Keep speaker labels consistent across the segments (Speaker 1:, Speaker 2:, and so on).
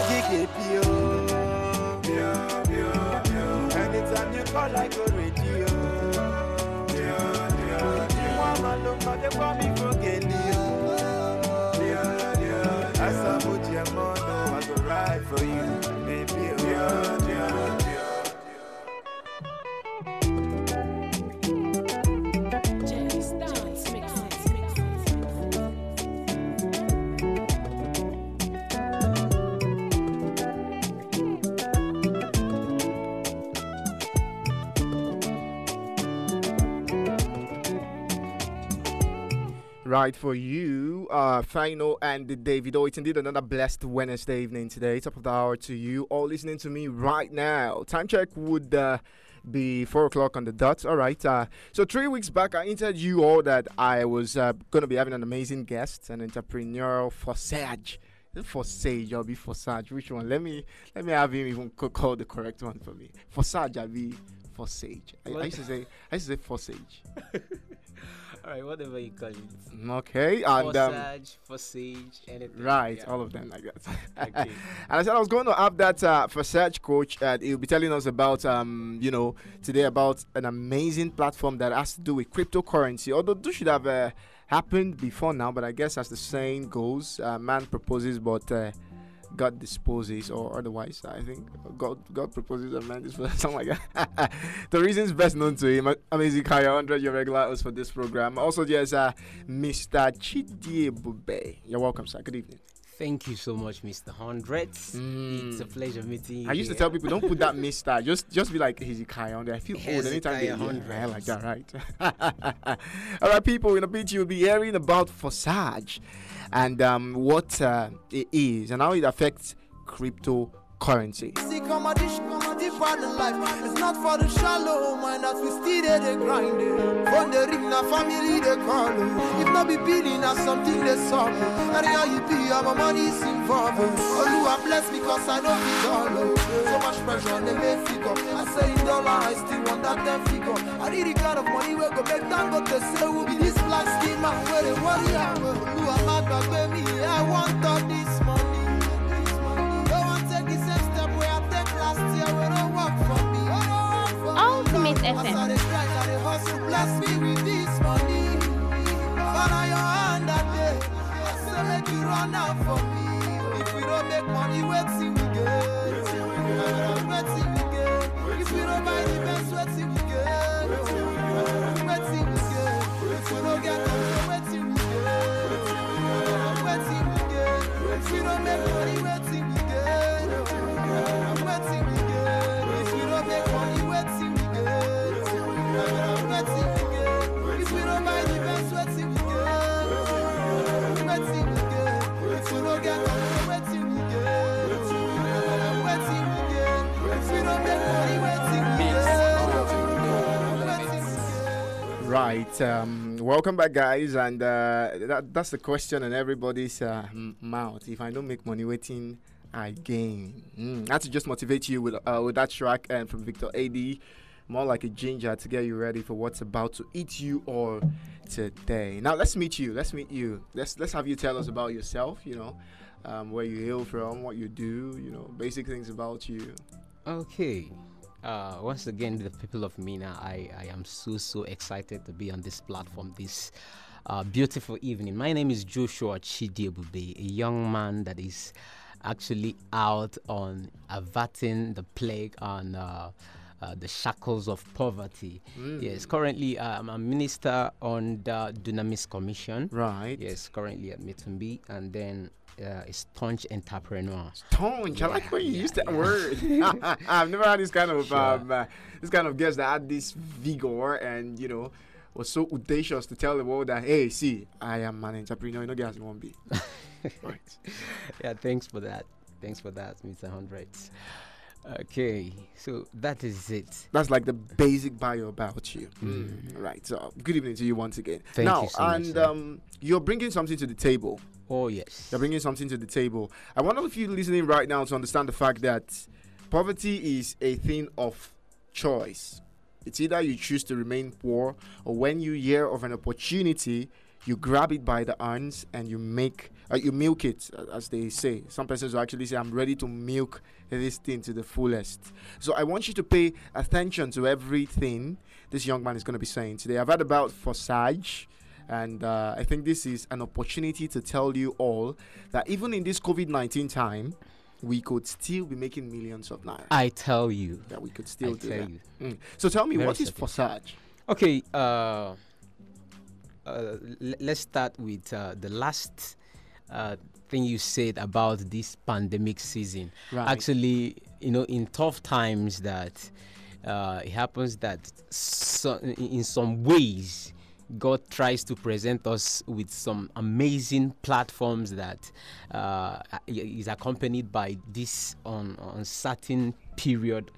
Speaker 1: JPO. Anytime you call, I go radio. Woman, look how they call me for Genio. I support your mono, I go ride for you, baby. oh.
Speaker 2: Right for you, uh, Final and David. Oh, it's indeed another blessed Wednesday evening today. Top of the hour to you all listening to me right now. Time check would uh, be four o'clock on the dot. All right. Uh, so three weeks back, I interviewed you all that I was uh, going to be having an amazing guest, an entrepreneurial forsage. Is it Forsage or be Forsage? Which one? Let me let me have him even co- call the correct one for me. Forsage, I be Forsage. I, I used to say I used to say Forsage. Mm,
Speaker 3: All right, whatever you call it.
Speaker 2: Okay, and um,
Speaker 3: Forsage, forsage, anything.
Speaker 2: Right,
Speaker 3: Yeah.
Speaker 2: all of them like that. and
Speaker 3: Okay.
Speaker 2: I said I was going to have that uh, for search coach. Uh, he'll be telling us about, um, you know, today about an amazing platform that has to do with cryptocurrency. Although this should have uh, happened before now, but I guess as the saying goes, uh, man proposes, but uh, God disposes, or otherwise, I think God God proposes and man disposes, something like that. the reasons best known to him, Amazing Kaya 100, your regular host for this program. Also, there's uh, Mr. Chidie Bube. You're welcome, sir. Good evening.
Speaker 3: Thank you so much, Mr. Hundreds. It's a pleasure meeting you.
Speaker 2: Mm. I used to
Speaker 3: here.
Speaker 2: tell people don't put that Mister. Just just be like Hezekiah on there. I feel old anytime they
Speaker 3: Hezekiah
Speaker 2: yeah, yeah, like
Speaker 3: hundreds.
Speaker 2: that, right? All right, people. In a bit, you'll be hearing about Forsage and um, what uh, it is and how it affects cryptocurrency.
Speaker 1: See, come a dish, come a deep on in life. It's not for the shallow mind that we still there they grind. eh. From the ring, na family they call. eh. If not be billing, na something they solve. eh. And how you be, all my money is involved. Oh, I bless because I know it all. eh. So much pressure on the main figure. I say in dollar, I still want that damn figure. I need the kind of money we go make down, but they say we be this black skin man where they worry. eh. Who am I, but baby, I want all this money. This money. Don't want take the same step where I take last year where it don't work for me. It don't work for me.
Speaker 4: Ultimate
Speaker 1: As
Speaker 4: FM.
Speaker 1: I dey grind, I dey hustle, bless me with this money. Follow your hand that day. I say make you run out for me. If we don't make money, wait till we get. Wait till we get. If we don't buy the best, wait till we get. Wait till we get. If we don't get nothing, wait till we get. Wait till we get. If we don't make money, wait till we get. Wait till we get. If we don't make money, wait till we get. Wait till we get. If we don't buy the best, wait till we get. Wait till we get. If we don't get nothing, wait till we get. Wait till we get. If we don't make money, wait till we get. Wait till we get.
Speaker 2: Right. Um, welcome back, guys. And uh, that, that's the question in everybody's uh, m- mouth. If I don't make money waiting, I gain. Mm. That's to just motivate you with uh, with that track and from Victor AD, more like a ginger to get you ready for what's about to eat you all today. Now let's meet you. Let's meet you. Let's let's have you tell us about yourself. You know. Um, where you hail from, what you do, you know, basic things about you.
Speaker 3: Okay. Uh, once again, the people of Mina, I, I am so, so excited to be on this platform this uh, beautiful evening. My name is Joshua Chidiebube, a young man that is actually out on averting the plague on uh, uh, the shackles of poverty. Yes, currently uh, I'm a minister on the Dunamis Commission.
Speaker 2: Right.
Speaker 3: Yes, currently at Mitumbi, and then uh, a staunch entrepreneur.
Speaker 2: Stoned. I like
Speaker 3: Yeah,
Speaker 2: when you
Speaker 3: yeah,
Speaker 2: use that
Speaker 3: yeah.
Speaker 2: word. I've never had this kind of um, uh, this kind of guest that had this vigor and you know was so audacious to tell the world that hey, see, I am an entrepreneur. You know, guys, you won't be. right.
Speaker 3: yeah, thanks for that. Thanks for that, Mr. Hundreds. Okay, so that is it.
Speaker 2: That's like the basic bio about you. Right. So good evening to you once again.
Speaker 3: Mm. Thank
Speaker 2: now,
Speaker 3: you so much,
Speaker 2: and
Speaker 3: sir.
Speaker 2: um, you're bringing something to the table.
Speaker 3: Oh yes.
Speaker 2: You're bringing something to the table. I wonder if you're listening right now to understand the fact that poverty is a thing of choice. It's either you choose to remain poor, or when you hear of an opportunity, you grab it by the arms and you make uh, you milk it a- as they say some persons will actually say i'm ready to milk this thing to the fullest so i want you to pay attention to everything this young man is going to be saying today i've had about forsage and uh, i think this is an opportunity to tell you all that even in this covid-19 time we could still be making millions of naira
Speaker 3: I tell you.
Speaker 2: that we could
Speaker 3: I
Speaker 2: still do
Speaker 3: tell
Speaker 2: that.
Speaker 3: you.
Speaker 2: Mm. So tell me,
Speaker 3: Very
Speaker 2: what is
Speaker 3: certain.
Speaker 2: forsage?
Speaker 3: Okay, uh, uh, l- let's start with uh, the last uh, thing you said about this pandemic season.
Speaker 2: Right.
Speaker 3: Actually, you know, in tough times, that uh, it happens that so, in in some ways, God tries to present us with some amazing platforms that uh, is accompanied by this un- uncertain period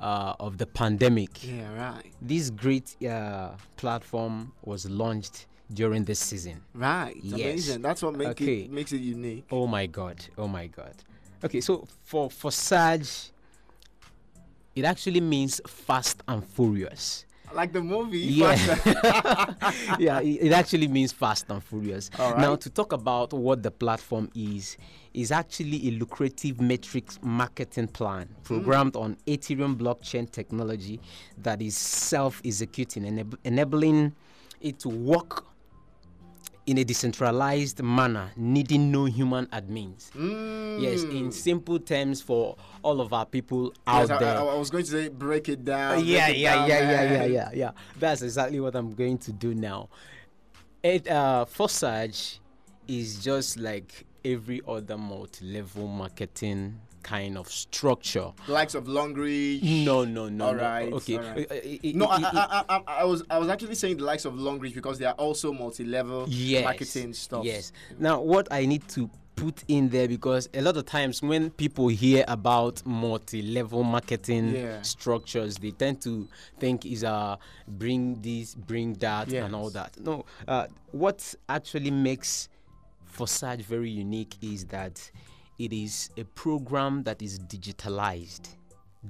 Speaker 3: uh, of the pandemic
Speaker 2: Yeah, right.
Speaker 3: this great uh, platform was launched during this season.
Speaker 2: Right.
Speaker 3: Yes.
Speaker 2: Amazing. That's what make
Speaker 3: Okay.
Speaker 2: it makes it unique.
Speaker 3: Oh my god! Oh my god! Okay, so for for Saj, it actually means fast and furious.
Speaker 2: Like the movie. uh,
Speaker 3: Yeah.
Speaker 2: Fast-
Speaker 3: yeah, it, it actually means fast and furious.
Speaker 2: All
Speaker 3: Now,
Speaker 2: right.
Speaker 3: to talk about what the platform is, is actually a lucrative metrics marketing plan
Speaker 2: Hmm.
Speaker 3: programmed on Ethereum blockchain technology that is self-executing, enab- enabling it to work in a decentralized manner, needing no human admins.
Speaker 2: Hmm.
Speaker 3: Yes, in simple terms, for all of our people out
Speaker 2: Yes, I,
Speaker 3: there.
Speaker 2: I, I was going to say break it
Speaker 3: Uh,
Speaker 2: down.
Speaker 3: yeah,
Speaker 2: break it
Speaker 3: yeah,
Speaker 2: down,
Speaker 3: yeah, yeah, yeah,
Speaker 2: man.
Speaker 3: yeah, yeah. That's exactly what I'm going to do now. It uh, Forsage is just like every other multi-level marketing kind of structure.
Speaker 2: The likes of Long Reach.
Speaker 3: No, no, no.
Speaker 2: All
Speaker 3: no.
Speaker 2: right,
Speaker 3: Okay.
Speaker 2: all right.
Speaker 3: Uh, it- it-
Speaker 2: No, I,
Speaker 3: it- it-
Speaker 2: I, I, I- I was I was actually saying the likes of Long Reach because they are also multi-level
Speaker 3: yes,
Speaker 2: marketing stuff.
Speaker 3: Yes. Now, what I need to put in there because a lot of times when people hear about multi-level marketing
Speaker 2: Yeah.
Speaker 3: structures, they tend to think is uh bring this, bring that, and all
Speaker 2: Yes.
Speaker 3: that. No, uh, what actually makes Forsage very unique is that it is a program that is digitalized,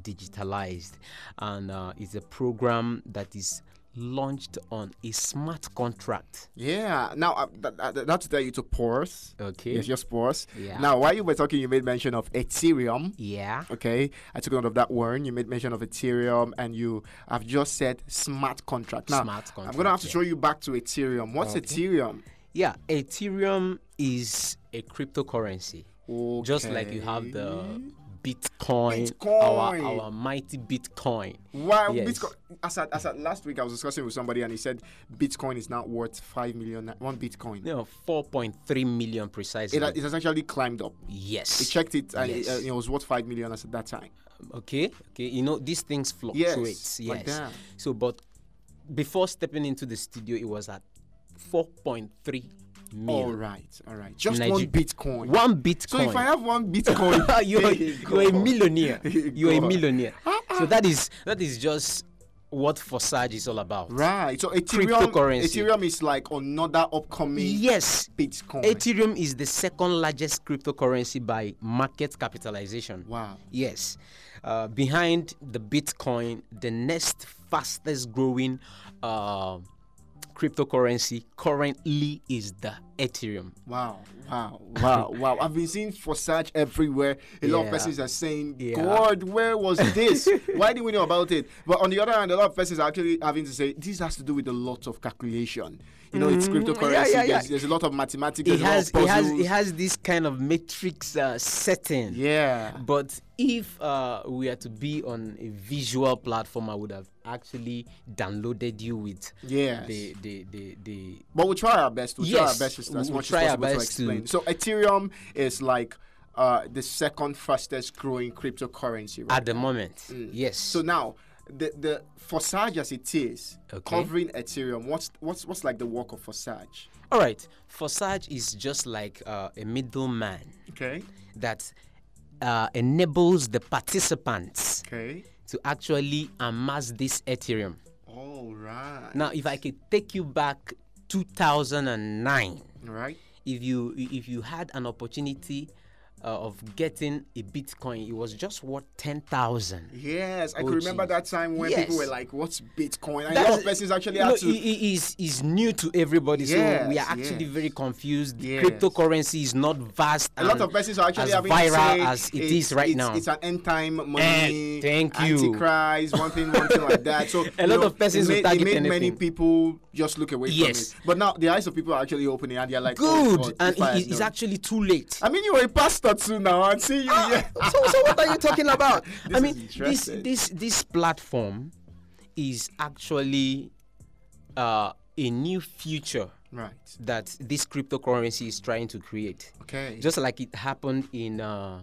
Speaker 3: digitalized, and uh, it's a program that is launched on a smart contract.
Speaker 2: Yeah. Now uh, th- th- that's there you to pause.
Speaker 3: Okay.
Speaker 2: Yes, just pause.
Speaker 3: Yeah.
Speaker 2: Now, while you were talking, you made mention of Ethereum.
Speaker 3: Yeah.
Speaker 2: Okay, I took note of that one. You made mention of Ethereum, and you have just said smart contract. Now,
Speaker 3: Smart
Speaker 2: I'm
Speaker 3: contract,
Speaker 2: gonna have to
Speaker 3: yeah.
Speaker 2: throw you back to Ethereum. What's Ethereum?
Speaker 3: Yeah. Ethereum is a cryptocurrency. Just like you have the Bitcoin, our
Speaker 2: Bitcoin.
Speaker 3: our mighty Bitcoin.
Speaker 2: Wow,
Speaker 3: Yes.
Speaker 2: Bitcoin. As at, as at last week, I was discussing with somebody, and he said Bitcoin is now worth five million. na- One Bitcoin.
Speaker 3: You know, 4.3 million precisely.
Speaker 2: It, ha- it has actually climbed up.
Speaker 3: yes.
Speaker 2: We checked it, and it,
Speaker 3: Yes.
Speaker 2: uh, it was worth five million as at that time.
Speaker 3: okay okay you know these things fluctuates yes,
Speaker 2: like that.
Speaker 3: so but before stepping into the studio it was at 4.3
Speaker 2: All
Speaker 3: million
Speaker 2: right, all right. Just
Speaker 3: Niger-
Speaker 2: one Bitcoin.
Speaker 3: one bitcoin
Speaker 2: So if I have one Bitcoin,
Speaker 3: you're,
Speaker 2: hey,
Speaker 3: you're a
Speaker 2: God.
Speaker 3: millionaire
Speaker 2: Hey,
Speaker 3: you're a
Speaker 2: God.
Speaker 3: millionaire so that is that is just what forsage is all about
Speaker 2: Right. So Ethereum,
Speaker 3: Cryptocurrency.
Speaker 2: Ethereum is like another upcoming
Speaker 3: yes
Speaker 2: Bitcoin.
Speaker 3: ethereum is the second largest cryptocurrency by market capitalization
Speaker 2: Wow.
Speaker 3: Yes. Uh, behind the Bitcoin, the next fastest growing uh, cryptocurrency currently is the Ethereum.
Speaker 2: Wow, wow, wow, wow. I've been seeing for search everywhere. A lot of
Speaker 3: Yeah.
Speaker 2: persons are saying,
Speaker 3: Yeah.
Speaker 2: God, where was this? Why didn't we know about it? But on the other hand, a lot of persons are actually having to say, this has to do with a lot of calculation. You know, it's cryptocurrency.
Speaker 3: Mm-hmm. Yeah, yeah, yeah.
Speaker 2: There's, there's a lot of mathematics.
Speaker 3: It
Speaker 2: There's
Speaker 3: has,
Speaker 2: a lot
Speaker 3: it
Speaker 2: of
Speaker 3: has
Speaker 2: puzzles.
Speaker 3: it has this kind of matrix uh, setting.
Speaker 2: yeah.
Speaker 3: But if uh, we are to be on a visual platform, I would have actually downloaded you with
Speaker 2: Yes.
Speaker 3: the, the, the, the
Speaker 2: But we'll try our best. We'll try our
Speaker 3: Yes,
Speaker 2: best as, as
Speaker 3: we'll
Speaker 2: much
Speaker 3: try
Speaker 2: as
Speaker 3: our
Speaker 2: possible to
Speaker 3: best to-
Speaker 2: explain. So Ethereum is like uh, the second fastest growing cryptocurrency, right?
Speaker 3: at the moment. Yes.
Speaker 2: Mm. so now the the Forsage as it is
Speaker 3: Okay.
Speaker 2: covering Ethereum. What's what's what's like the work of Forsage?
Speaker 3: all right. Forsage is just like uh, a middleman.
Speaker 2: Okay.
Speaker 3: that uh, enables the participants
Speaker 2: Okay.
Speaker 3: to actually amass this Ethereum.
Speaker 2: All right.
Speaker 3: Now, if I could take you back 2009,
Speaker 2: All right.
Speaker 3: if you if you had an opportunity uh, of getting a Bitcoin, it was just worth ten thousand.
Speaker 2: Yes, I
Speaker 3: Oh,
Speaker 2: can remember
Speaker 3: jeez.
Speaker 2: that time when people were
Speaker 3: Yes.
Speaker 2: like, "What's Bitcoin?" And a
Speaker 3: That's-
Speaker 2: lot of persons actually
Speaker 3: you know,
Speaker 2: had to.
Speaker 3: it- it is is new to everybody, so we
Speaker 2: Yes,
Speaker 3: are actually
Speaker 2: yes.
Speaker 3: very confused.
Speaker 2: Yes.
Speaker 3: Cryptocurrency is not vast.
Speaker 2: a lot
Speaker 3: and
Speaker 2: of persons are actually
Speaker 3: as
Speaker 2: having to
Speaker 3: viral
Speaker 2: say
Speaker 3: as it
Speaker 2: it's-
Speaker 3: is right
Speaker 2: it's-
Speaker 3: now.
Speaker 2: It's an end time money.
Speaker 3: Eh, thank you.
Speaker 2: Antichrist, one thing, one thing like that. So
Speaker 3: A
Speaker 2: you
Speaker 3: lot
Speaker 2: know,
Speaker 3: of
Speaker 2: it
Speaker 3: persons will
Speaker 2: made,
Speaker 3: target
Speaker 2: it made many
Speaker 3: anything.
Speaker 2: people just look away
Speaker 3: Yes.
Speaker 2: from it. But now the eyes of people are actually opening and they're like, oh,
Speaker 3: good,
Speaker 2: God,
Speaker 3: and
Speaker 2: if I
Speaker 3: it-
Speaker 2: had
Speaker 3: it is
Speaker 2: known.
Speaker 3: actually too late.
Speaker 2: I mean, you were a pastor too now. I see you.
Speaker 3: Ah,
Speaker 2: Yeah.
Speaker 3: so, so what are you talking about?
Speaker 2: This
Speaker 3: I
Speaker 2: is
Speaker 3: mean, this
Speaker 2: interesting.
Speaker 3: this this platform is actually uh, a new future
Speaker 2: Right.
Speaker 3: that this cryptocurrency is trying to create.
Speaker 2: Okay.
Speaker 3: Just like it happened in uh,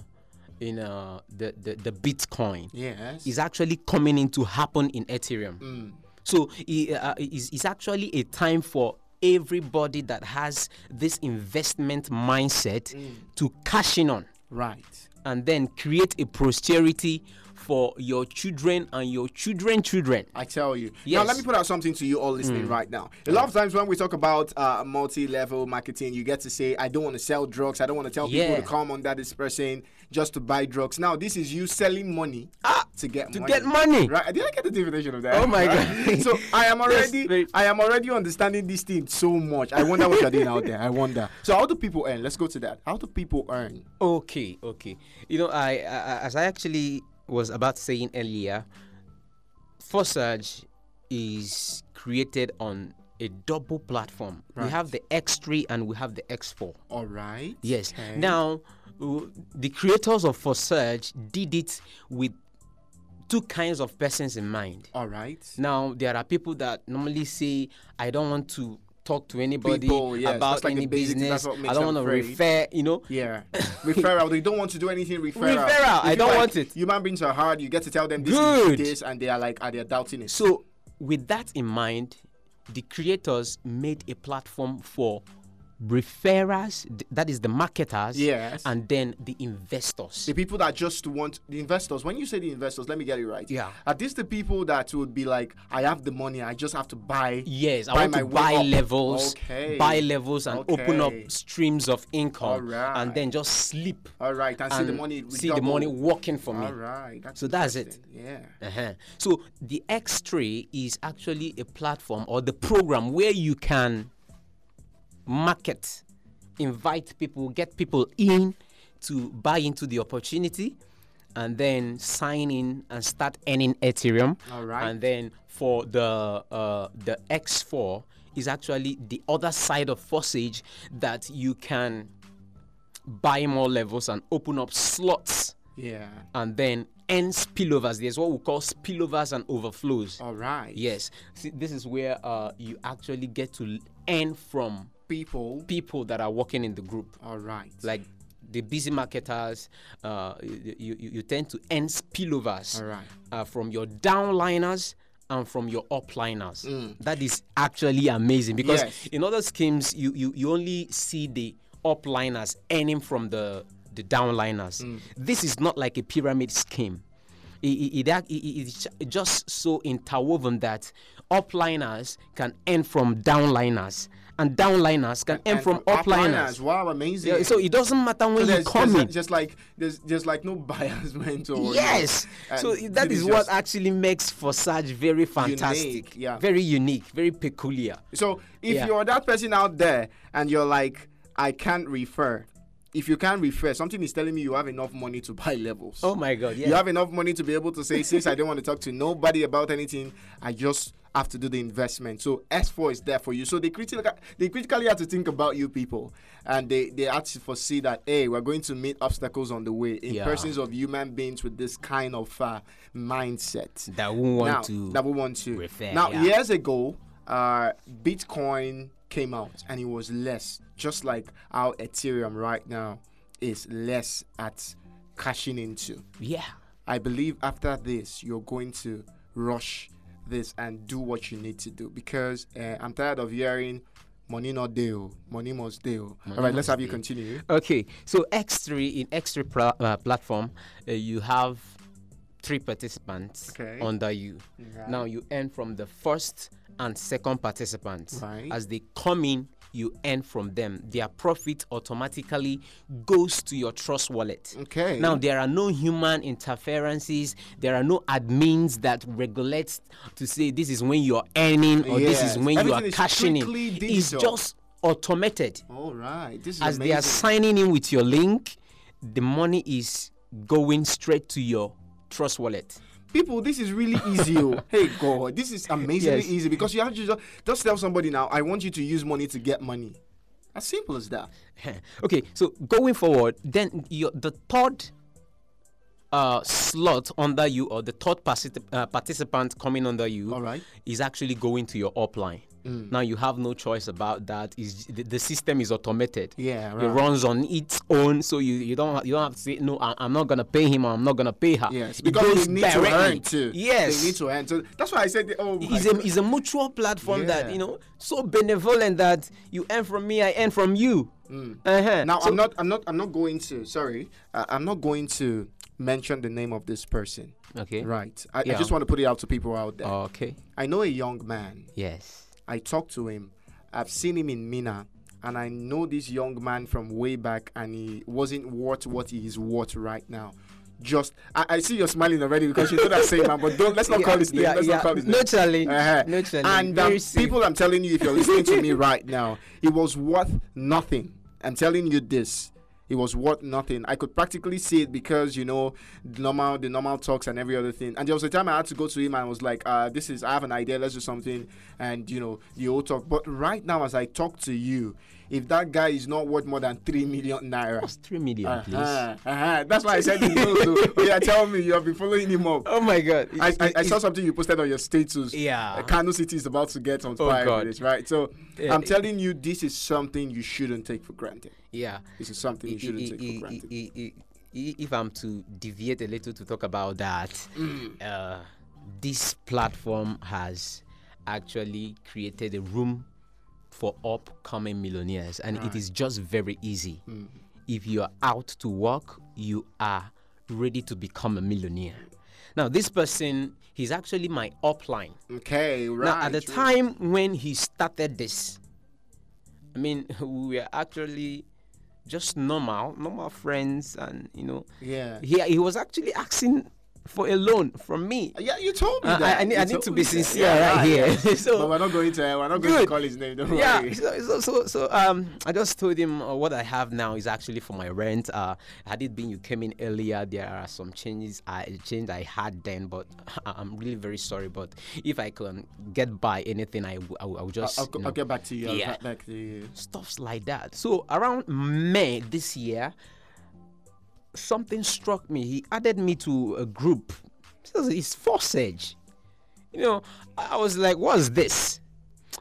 Speaker 3: in uh, the, the the Bitcoin
Speaker 2: yes.
Speaker 3: is actually coming in to happen in Ethereum.
Speaker 2: Mm.
Speaker 3: So i- uh, it's, it's actually a time for everybody that has this investment mindset
Speaker 2: Mm.
Speaker 3: to cash in on
Speaker 2: right.
Speaker 3: and then create a posterity for your children and your children children
Speaker 2: I tell you. Now,
Speaker 3: Yes. Mm.
Speaker 2: let me put out something to you all listening right now. A lot of times when we talk about uh, multi-level marketing, you get to say, "I don't want to sell drugs. I don't want to tell people
Speaker 3: Yeah.
Speaker 2: to come under this person just to buy drugs." Now, this is you selling money to get
Speaker 3: Ah! to
Speaker 2: money.
Speaker 3: get money
Speaker 2: Right? Did I get the definition of that?
Speaker 3: Oh my
Speaker 2: Right?
Speaker 3: God.
Speaker 2: so I am
Speaker 3: That's
Speaker 2: already,
Speaker 3: very-
Speaker 2: I am already understanding this thing so much. I wonder what you're doing out there. I wonder. So how do people earn? Let's go to that. How do people earn?
Speaker 3: okay okay you know I, I as i actually was about saying earlier Forsage is created on a double platform we have the x3 and we have the x4
Speaker 2: All right.
Speaker 3: Yes.
Speaker 2: Okay.
Speaker 3: Now, w- the creators of For Search did it with two kinds of persons in mind.
Speaker 2: All right.
Speaker 3: Now, there are people that normally say, I don't want to talk to anybody
Speaker 2: People, yes,
Speaker 3: about
Speaker 2: that's like
Speaker 3: any
Speaker 2: the basics, that's
Speaker 3: business.
Speaker 2: what
Speaker 3: I
Speaker 2: makes
Speaker 3: don't
Speaker 2: them
Speaker 3: want to
Speaker 2: afraid."
Speaker 3: refer, you know.
Speaker 2: Yeah, referral. They don't want to do anything referral.
Speaker 3: Referral,
Speaker 2: They feel
Speaker 3: I don't
Speaker 2: like
Speaker 3: want it.
Speaker 2: Human beings are hard. You get to tell them this
Speaker 3: Good.
Speaker 2: is this, and they are like, are they doubting it?
Speaker 3: So, with that in mind, the creators made a platform for referrers, th- that is the marketers,
Speaker 2: Yes.
Speaker 3: and then the investors.
Speaker 2: The people that just want the investors. When you say the investors, let me get it right.
Speaker 3: Yeah.
Speaker 2: Are these the people that would be like, I have the money, I just have to buy?
Speaker 3: Yes, I
Speaker 2: buy
Speaker 3: want
Speaker 2: my
Speaker 3: to
Speaker 2: way
Speaker 3: buy
Speaker 2: up.
Speaker 3: levels,
Speaker 2: Okay.
Speaker 3: buy levels, and open up
Speaker 2: Okay.
Speaker 3: streams of income,
Speaker 2: Alright.
Speaker 3: and then just sleep
Speaker 2: All right, and, see the
Speaker 3: and
Speaker 2: money. will
Speaker 3: see the
Speaker 2: double.
Speaker 3: money working for
Speaker 2: All
Speaker 3: me.
Speaker 2: right. That's
Speaker 3: So that's it.
Speaker 2: interesting. Yeah.
Speaker 3: Uh-huh. So the X3 is actually a platform or the program where you can market, invite people, get people in to buy into the opportunity, and then sign in and start earning Ethereum.
Speaker 2: All right.
Speaker 3: And then for the uh, the X4 is actually the other side of Forsage that you can buy more levels and open up slots
Speaker 2: Yeah.
Speaker 3: and then end spillovers. There's what we call spillovers and overflows.
Speaker 2: All right.
Speaker 3: Yes, see, this is where uh, you actually get to l- earn from
Speaker 2: People.
Speaker 3: people that are working in the group,
Speaker 2: All right.
Speaker 3: like the busy marketers. Uh, you, you you tend to earn spillovers
Speaker 2: All right.
Speaker 3: uh, from your downliners. And from your upliners, that is actually amazing because
Speaker 2: Mm. Yes.
Speaker 3: in other schemes you, you you only see the upliners earning from the the downliners.
Speaker 2: Mm.
Speaker 3: This is not like a pyramid scheme. It, it, it, act- it- it- it's ju- just so interwoven that upliners can earn from downliners and downliners can earn
Speaker 2: And
Speaker 3: from upliners.
Speaker 2: Wow, amazing.
Speaker 3: Yeah, So it doesn't matter when you
Speaker 2: there's,
Speaker 3: come
Speaker 2: there's
Speaker 3: in.
Speaker 2: just like there's there's like no biasment or
Speaker 3: Yes.
Speaker 2: and
Speaker 3: so i- that
Speaker 2: it is
Speaker 3: is what
Speaker 2: just
Speaker 3: actually makes for such very fantastic,
Speaker 2: yeah.
Speaker 3: very unique, very peculiar.
Speaker 2: so if
Speaker 3: Yeah.
Speaker 2: you're that person out there and you're like I can't refer if you can't refer something is telling me you have enough money to buy levels
Speaker 3: Oh my God! Yeah.
Speaker 2: you have enough money to be able to say since I don't want to talk to nobody about anything I just have to do the investment so S4 is there for you so they critical they critically have to think about you people and they they have to foresee that hey we're going to meet obstacles on the way in
Speaker 3: Yeah.
Speaker 2: persons of human beings with this kind of uh, mindset
Speaker 3: that won't want
Speaker 2: now,
Speaker 3: to.
Speaker 2: that we want to.
Speaker 3: refer,
Speaker 2: now,
Speaker 3: yeah.
Speaker 2: years ago, uh, Bitcoin came out and it was less, just like how Ethereum right now is less at cashing into.
Speaker 3: yeah.
Speaker 2: I believe after this, you're going to rush this and do what you need to do because uh, I'm tired of hearing money not deal, money must deal. All right, let's have you continue.
Speaker 3: Okay, so X3 in X3 pla- uh, platform, uh, you have three participants
Speaker 2: Okay.
Speaker 3: under you. Now you earn from the first and second participants
Speaker 2: Right.
Speaker 3: as they come in. you earn from them. Their profit automatically goes to your trust wallet.
Speaker 2: Okay.
Speaker 3: Now there are no human interferences. There are no admins that regulates to say this is when you're earning or this
Speaker 2: Yes.
Speaker 3: is when
Speaker 2: Everything
Speaker 3: you are
Speaker 2: is
Speaker 3: cashing in.
Speaker 2: strictly
Speaker 3: It's
Speaker 2: digital.
Speaker 3: just automated
Speaker 2: All right. This is
Speaker 3: as they
Speaker 2: amazing.
Speaker 3: are signing in with your link, the money is going straight to your trust wallet.
Speaker 2: people this is really easy oh. hey god this is amazingly
Speaker 3: Yes.
Speaker 2: easy because you have to just, just tell somebody now i want you to use money to get money as simple as that
Speaker 3: okay, so going forward, then your the third uh, slot under you or the third particip- uh, participant coming under you
Speaker 2: All right. Mm.
Speaker 3: is actually going to your upline. Now you have no choice about that. Is the, the system is automated.
Speaker 2: Yeah,
Speaker 3: It
Speaker 2: right.
Speaker 3: runs on its own, so you, you don't you don't have to say no. I, I'm not gonna pay him. or I'm not gonna pay her.
Speaker 2: yes
Speaker 3: It
Speaker 2: because
Speaker 3: goes
Speaker 2: they need
Speaker 3: directly.
Speaker 2: to earn too
Speaker 3: Yes,
Speaker 2: they need to earn so that's why i said oh my
Speaker 3: is a is a mutual platform that
Speaker 2: Yeah.
Speaker 3: you know so benevolent that you earn from me, I earn from you. Uh-huh.
Speaker 2: Mm. Now
Speaker 3: So-
Speaker 2: I'm not I'm not I'm not going to sorry uh, I'm not going to mention the name of this person.
Speaker 3: Okay.
Speaker 2: Right. I, I
Speaker 3: Yeah. Oh.
Speaker 2: just want to put it out to people out there.
Speaker 3: okay.
Speaker 2: I know a young man.
Speaker 3: Yes.
Speaker 2: I talked to him. I've seen him in Mina, and I know this young man from way back, and he wasn't worth what he is worth right now. Just I, I see you're smiling already because you know that same man, but don't let's not call his name.
Speaker 3: Yeah,
Speaker 2: let's
Speaker 3: yeah.
Speaker 2: not call his name.
Speaker 3: No challenge. No challenge.
Speaker 2: And um,
Speaker 3: Very safe.
Speaker 2: people, I'm telling you, if you're listening to me right now, it was worth nothing. I'm telling you this. It was worth nothing. I could practically see it because you know the normal, the normal talks and every other thing. And there was a time I had to go to him and I was like, uh, "This is, I have an idea. Let's do something." And you know the old talk. But right now, as I talk to you, if that guy is not worth more than three million naira,
Speaker 3: Just three million, please.
Speaker 2: uh-huh, uh-huh. that's why I said no. no. Oh, yeah, tell me, you have been following him up.
Speaker 3: Oh my God.
Speaker 2: I, I, I
Speaker 3: It's-
Speaker 2: saw something you posted on your status.
Speaker 3: Yeah.
Speaker 2: Uh, Kano City is about to get on
Speaker 3: Oh,
Speaker 2: fire
Speaker 3: God.
Speaker 2: with this, right? So
Speaker 3: Yeah,
Speaker 2: I'm
Speaker 3: it-
Speaker 2: telling you, this is something you shouldn't take for granted.
Speaker 3: yeah.
Speaker 2: This is something you shouldn't take for granted.
Speaker 3: I- I- I- if I'm to deviate a little to talk about that,
Speaker 2: Mm.
Speaker 3: uh, this platform has actually created a room for upcoming millionaires, and it is just very easy.
Speaker 2: Mm.
Speaker 3: If you are out to work, you are ready to become a millionaire. Now, this person, he's actually my upline.
Speaker 2: okay, right.
Speaker 3: Now, at the
Speaker 2: right.
Speaker 3: time when he started this, I mean, we were actually just normal, normal friends, and you know,
Speaker 2: Yeah.
Speaker 3: he, he was actually asking for a loan from me.
Speaker 2: Yeah, you told me
Speaker 3: I- I-
Speaker 2: that.
Speaker 3: I need-
Speaker 2: You
Speaker 3: I need
Speaker 2: told
Speaker 3: to
Speaker 2: me
Speaker 3: be
Speaker 2: that.
Speaker 3: sincere right here. So-
Speaker 2: but we're not going to we're not going to
Speaker 3: Good.
Speaker 2: call his name. Don't
Speaker 3: Yeah,
Speaker 2: worry.
Speaker 3: so, so so so um, I just told him uh, what I have now is actually for my rent. Uh, had it been you came in earlier, there are some changes I change I had then, but I, I'm really very sorry. But if I can get by anything, I w- I w- I will just.
Speaker 2: I'll,
Speaker 3: you know,
Speaker 2: I'll get back to you. I'll
Speaker 3: Yeah.
Speaker 2: get back to you.
Speaker 3: stuffs like that. So around May this year, something struck me. He added me to a group. This is Forsage. You know, I I was like, what's this?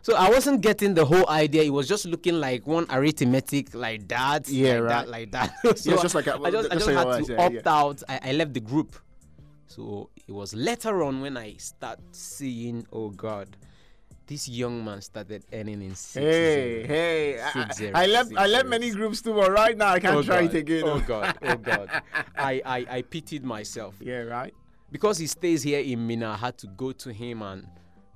Speaker 3: So I wasn't getting the whole idea. It was just looking like one arithmetic like that.
Speaker 2: Yeah,
Speaker 3: like
Speaker 2: right.
Speaker 3: That, like that. so
Speaker 2: Yeah, just like a-
Speaker 3: I just, I
Speaker 2: just
Speaker 3: just
Speaker 2: like
Speaker 3: had
Speaker 2: what I
Speaker 3: to
Speaker 2: said,
Speaker 3: opt
Speaker 2: yeah.
Speaker 3: out. I, I left the group. So it was later on when I start seeing, oh God, this young man started earning in six
Speaker 2: Hey, hey! I-
Speaker 3: Six zero,
Speaker 2: I, I left
Speaker 3: six
Speaker 2: I left
Speaker 3: zero.
Speaker 2: many groups too, but right now I can't try it again.
Speaker 3: Oh God, oh God. I, I, I pitied myself.
Speaker 2: Yeah, right.
Speaker 3: Because he stays here in Mina, I had to go to him and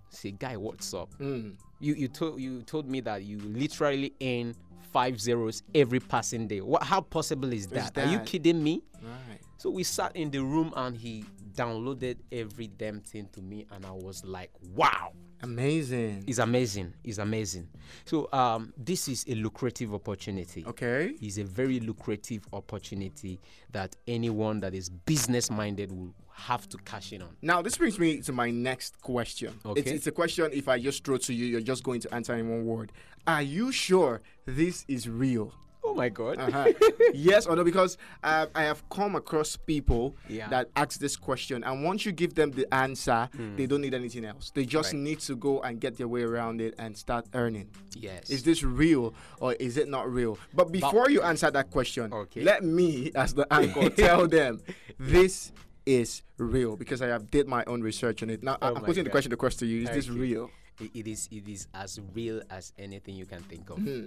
Speaker 3: say, Guy, what's up?
Speaker 2: Hmm.
Speaker 3: You you told you told me that you literally earn five zeros every passing day. What how possible is that? Are you
Speaker 2: that?
Speaker 3: kidding me?
Speaker 2: Right.
Speaker 3: So we sat in the room and he downloaded every damn thing to me and I was like, Wow.
Speaker 2: Amazing.
Speaker 3: It's amazing. It's amazing. So um this is a lucrative opportunity
Speaker 2: Okay.
Speaker 3: is a very lucrative opportunity that anyone that is business minded will have to cash in on.
Speaker 2: Now, this brings me to my next question. It's,
Speaker 3: Okay.
Speaker 2: it's a question if I just throw to you, you're just going to answer in one word. Are you sure this is real?
Speaker 3: Oh my God.
Speaker 2: Uh-huh. yes or no? Because uh, I have come across people
Speaker 3: Yeah.
Speaker 2: that ask this question, and once you give them the answer, they don't need anything else. They just
Speaker 3: Hmm. Right.
Speaker 2: need to go and get their way around it and start earning.
Speaker 3: Yes.
Speaker 2: Is this real or is it not real? But before you answer that question,
Speaker 3: Okay.
Speaker 2: let me, as the anchor, tell them this is real because I have did my own research on it. Now I-
Speaker 3: Oh
Speaker 2: I'm
Speaker 3: my
Speaker 2: putting the
Speaker 3: God.
Speaker 2: question across to you: Is this
Speaker 3: Okay.
Speaker 2: real?
Speaker 3: I- it is it is as real as anything you can think of.
Speaker 2: Hmm.